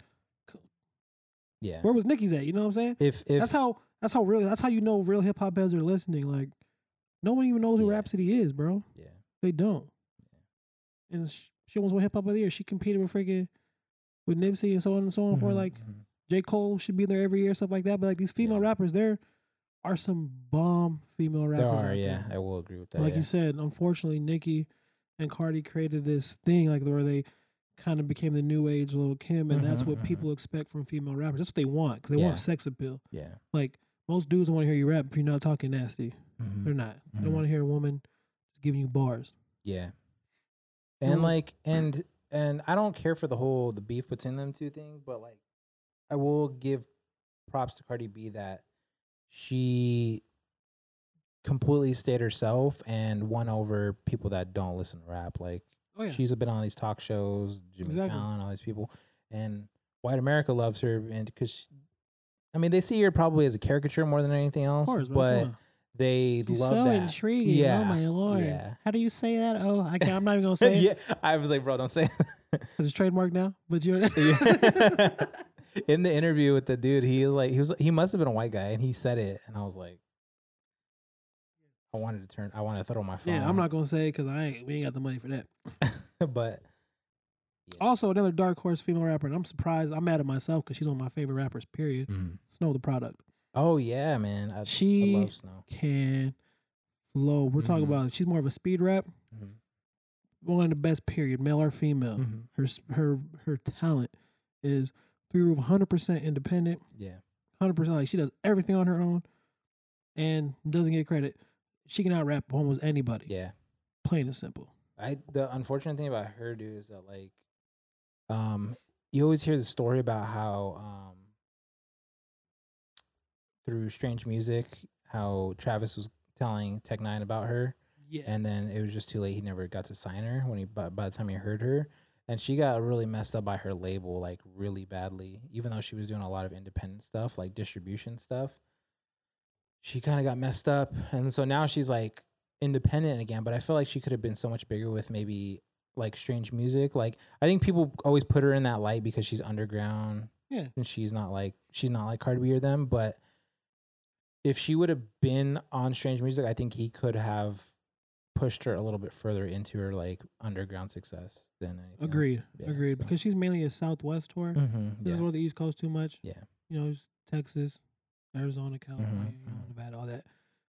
Yeah.
where was Nicki's at? You know what I'm saying?
If, if,
that's how that's how real that's how you know real hip hop heads are listening. Like, no one even knows who
Yeah.
Rhapsody is, bro.
yeah.
They don't. And sh- she almost won Hip Hop of the Year. She competed with freaking with Nipsey and so on and so on. For
Mhm,
like
mhm.
J Cole should be there every year, stuff like that. But like these female
Yeah.
rappers, there are some bomb female rappers.
there are,
out
yeah.
there.
I will agree with that.
But like
yeah.
you said, unfortunately, Nicki and Cardi created this thing like where they kind of became the new age little Kim, and that's
Mhm,
what
mhm.
people expect from female rappers. That's what they want because they
Yeah.
want sex appeal.
yeah.
Like most dudes don't want to hear you rap if you're not talking nasty.
Mhm.
They're not. They
Mhm.
don't want to hear a woman just giving you bars.
Yeah.
No one's-
And like and and I don't care for the whole the beef between them two thing, but like I will give props to Cardi B that she completely stayed herself and won over people that don't listen to rap. Like
Oh yeah.
she's been on these talk shows, Jimmy
Exactly.
Fallon, all these people, and white America loves her, and because I mean they see her probably as a caricature more than anything
of
else,
course, man, come
but
on.
they
She's
love
so
that. [laughs]
intriguing.
Yeah,
Oh my lord.
yeah.
How do you say that? Oh, I can't, I'm
[laughs]
not even gonna say
yeah,
it
I was like, bro, don't say.
because it's trademark now. But you're
[laughs] Yeah. in the interview with the dude, he like he was he must have been a white guy, and he said it, and I was like, I wanted to turn, I wanted to throw my phone.
[laughs] yeah, I'm not gonna say it because I ain't. We ain't got the money for that.
[laughs] but
Also, another dark horse female rapper, and I'm surprised. I'm mad at myself because she's one of my favorite rappers. Period. Snow the product
oh yeah, man, I,
She-
I love snow.
can flow. We're talking
Mhm.
about she's more of a speed rap,
Mhm.
one of the best. Period, male or female.
Mhm.
Her s- her her talent is through the roof, hundred percent independent,
Yeah,
hundred percent like she does everything on her own, and doesn't get credit. She can out rap almost anybody.
yeah.
Plain and simple.
I the unfortunate thing about her, dude, is that like, um, you always hear the story about how um, through strange music, how Travis was telling Tech Nine about her.
Yeah.
and then it was just too late. He never got to sign her when he by, by the time he heard her, and she got really messed up by her label like really badly. Even though she was doing a lot of independent stuff like distribution stuff, she kind of got messed up, and so now she's like independent again. But I feel like she could have been so much bigger with maybe like strange music. Like I think people always put her in that light because she's underground.
Yeah.
and she's not like she's not like Cardi B or them, but. If she would have been on Strange Music, I think he could have pushed her a little bit further into her like underground success than anything else.
Agreed.
Yeah,
Agreed.
so-
Because she's mainly a Southwest tour.
Mhm,
Doesn't
yeah.
go to the East Coast too much.
Yeah.
You know, it's Texas, Arizona, California, you know,
mhm.
Nevada, all that.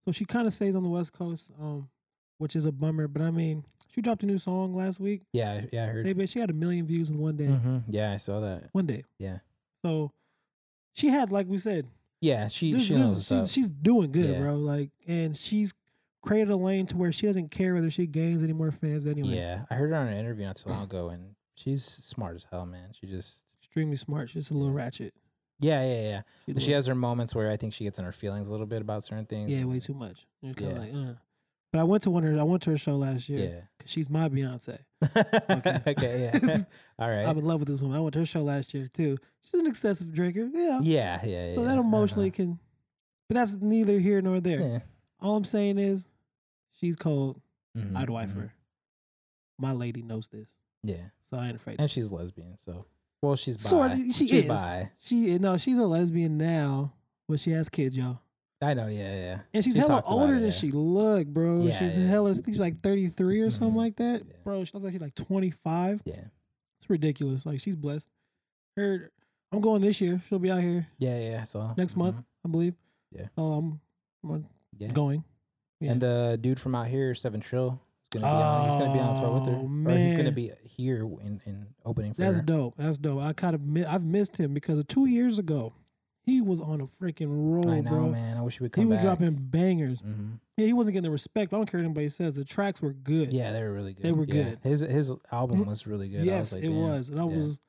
So she kind of stays on the West Coast, um, which is a bummer. But I mean, she dropped a new song last week.
yeah, I- yeah, I heard.
Hey, bitch, she had a million views in one day.
Mhm, Yeah, I saw that.
One day.
Yeah.
So she had, like we said,
Yeah, she
this-
she
this-
knows what's
she's,
up.
she's doing good,
Yeah.
bro. Like, and she's created a lane to where she doesn't care whether she gains any more fans. Anyways,
yeah, I heard her on an interview not too long ago, and she's smart as hell, man. She just
extremely smart. She's a little ratchet.
yeah, yeah,
She's
yeah.
a
But She
little-
has her moments where I think she gets in her feelings a little bit about certain things.
Yeah, way
and-
too much. You're kinda
Yeah.
like, uh. But I went to one of her. I went to her show last year.
Yeah.
'cause she's my Beyonce.
[laughs] okay.
[laughs]
Yeah. All right.
I'm in love with this woman. I went to her show last year too. She's an excessive drinker. Yeah.
yeah, yeah, yeah. uh-huh.
so that
yeah,
emotionally can, but that's neither here nor there.
uh-huh.
All I'm saying is, she's cold.
Yeah. Mhm,
I'd wife
mhm.
her. My lady knows this,
mm-hmm. Yeah,
so I ain't afraid.
and she's lesbian, so well, she's bi.
Sort of, she
she's
is.
bi.
she no, she's a lesbian now, but she has kids, y'all.
I know. Yeah, yeah.
And she's
We
hella
talked about
older
it,
than
yeah.
she look, bro.
Yeah,
she's
yeah.
hella. I think she's like 33 or something
Mhm.
like that,
Yeah.
bro. She looks like she's like 25.
Yeah.
It's ridiculous. Like she's blessed. Her, I'm going this year. She'll be out here,
Yeah, yeah, I saw.
Next month.
Mhm.
I believe.
Yeah.
So I'm, I'm
Yeah.
going. Yeah.
And uh, the dude from out here, Seven Trill, is gonna be on. He's gonna be on tour with her,
Oh,
or he's gonna
man.
be here in, in opening for
That's
her.
dope. That's dope. I kind of mi- I've missed him because two years ago, he was on a freaking roll,
I know,
bro.
man. I wish he would
He
come
was
back.
dropping bangers.
Mhm.
Yeah, he wasn't getting the respect. But I don't care what anybody says. The tracks were good.
Yeah, they were really good.
They were
Yeah.
good. Mm-hmm.
His his album was really good. I was
yes,
like,
it
"Damn."
was, and I
Yeah.
was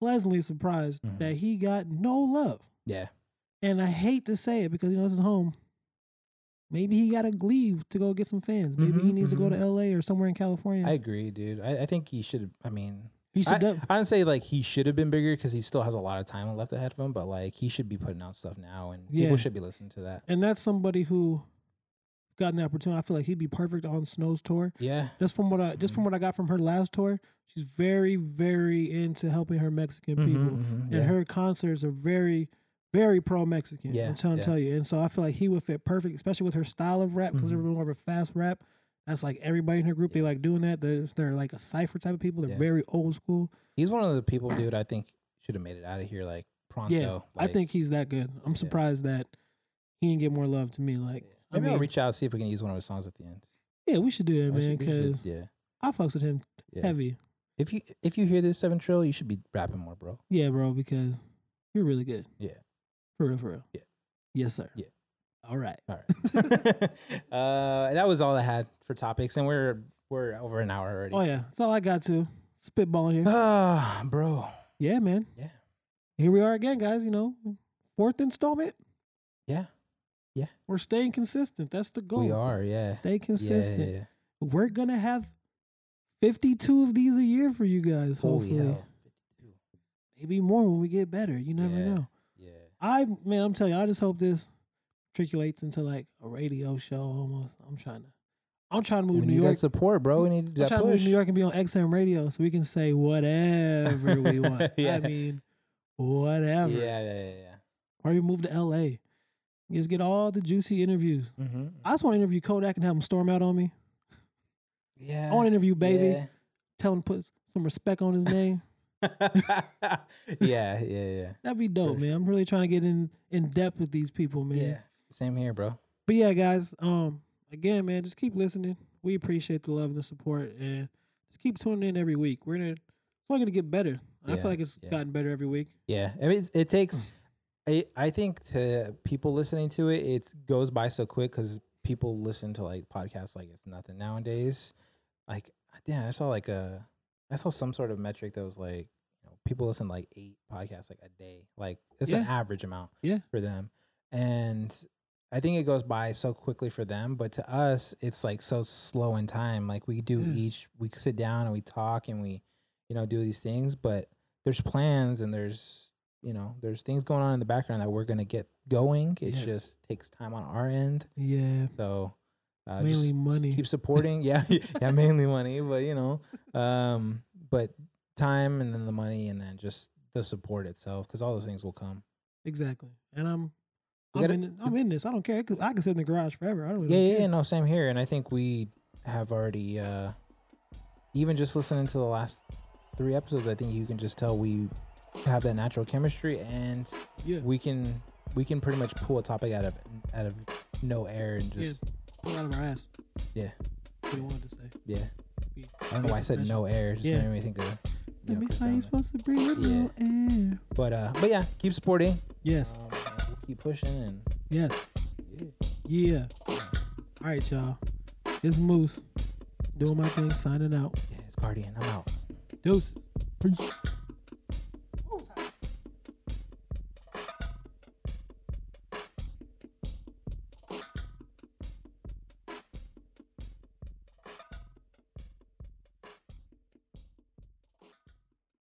pleasantly surprised
Mhm.
that he got no love.
Yeah,
And I hate to say it because you know this is home. Maybe he got to leave to go get some fans. Maybe he
Mhm,
needs to go
mhm.
to L.A. or somewhere in California.
I agree, dude. I, I think he should. I mean,
he should.
I,
def-
I don't say like he should have been bigger because he still has a lot of time left ahead of him. But like, he should be putting out stuff now, and
Yeah.
people should be listening to that.
and that's somebody who got an opportunity. I feel like he'd be perfect on Snow's tour.
Yeah,
Just from what I
Mm-hmm.
just from what I got from her last tour, she's very very into helping her Mexican people,
Mhm, mhm,
and her concerts are very very pro Mexican.
Yeah,
I'm trying to
yeah.
tell you, and so I feel like he would fit perfect, especially with her style of rap because
Mhm.
they're more of a fast rap. That's like everybody in her group. They like doing that. They're, they're like a cipher type of people. They're
Yeah.
very old school.
He's one of the people, dude. I think should have made it out of here like pronto.
Yeah, I
like,
think he's that good. I'm surprised that he didn't get more love to me. Like, I
maybe
mean,
I'll reach out see if we can use one of his songs at the end.
yeah, we should do that,
I
man.
should- we should-
Because
yeah,
I fucks with him
yeah.
heavy.
If you if you hear this seven trill, you should be rapping more, bro.
Yeah, bro, because you're really good.
Yeah.
For real, for real.
Yeah.
Yes, sir.
Yeah.
All right.
All right. [laughs] uh, that was all I had for topics, and we're we're over an hour already.
Oh yeah, that's all I got to spitballing
[laughs]
here.
Ah, bro.
yeah, man.
Yeah.
Here we are again, guys. You know, fourth installment.
Yeah. Yeah.
We're staying consistent. That's the goal.
We are, yeah.
Stay
Yeah, yeah,
consistent.
yeah.
We're going to have 52 of these a year for you guys,
Holy
hopefully.
hell.
Maybe more when we get better. You never
Yeah.
know.
Yeah.
I, man, I'm telling you, I just hope this matriculates into like a radio show almost. I'm trying to, I'm trying to
We
move
need
New York.
that support, bro. We need
I'm
that
trying to move
push.
to New York and be on XM radio so we can say whatever
[laughs]
we want.
Yeah.
I mean, whatever.
Yeah, yeah, yeah, yeah.
Or you move to LA. Just get all the juicy interviews.
Mm-hmm.
I just want to interview Kodak and have him storm out on me.
Yeah.
I want to interview Baby,
Yeah. [laughs]
tell him to put some respect on his name.
yeah, yeah, yeah.
That'd be dope,
For
man. I'm really trying to get in in depth with these people, man.
Yeah. Same here, bro.
But yeah, guys, um, again, man, just keep listening. We appreciate the love and the support, and just keep tuning in every week. We're gonna, it's only gonna get better. I
Yeah,
feel like it's
yeah.
gotten better every week.
Yeah. I mean, it's- it takes,
Hmm.
I, I think to people listening to it, it goes by so quick because people listen to like podcasts like it's nothing nowadays. Like, yeah, I saw like a, I saw some sort of metric that was like, you know, people listen to like eight podcasts like a day. Like, it's an
Yeah.
average amount
Yeah.
for them. And I think it goes by so quickly for them, but to us, it's like so slow in time. Like, we do
Yeah.
each, we sit down and we talk and we, you know, do these things, but there's plans and there's you know there's things going on in the background that we're gonna get going. It
Yes.
just takes time on our end,
Yeah,
so uh,
Mainly
just s-
money. [laughs]
Keep supporting, yeah, [laughs] yeah, mainly money, but you know, um, but time and then the money and then just the support itself because all those things will come.
exactly. And I'm, I'm
We gotta-
in, it- I'm in this. I don't care. I could, I could sit in the garage forever. I don't really
Yeah, yeah,
care.
yeah, no, same here, and I think we have already uh, even just listening to the last three episodes, I think you can just tell we have that natural chemistry and
yeah.
we can we can pretty much pull a topic out of out of no air and
Yeah.
just
Pull out of our ass.
Yeah.
What do you want to say?
yeah.
Be-
I don't know why I said no air. it Just
Yeah.
made me think of. you
Let
know,
me
Chris
how you
Brown.
supposed to breathe
Yeah.
no air.
But uh, but yeah, keep supporting.
Yes,
Um, and we'll keep pushing and
yes, yeah.
yeah.
All right, y'all. It's Moose doing my thing, signing out.
yeah, it's Guardian. I'm out.
Deuces. Peace.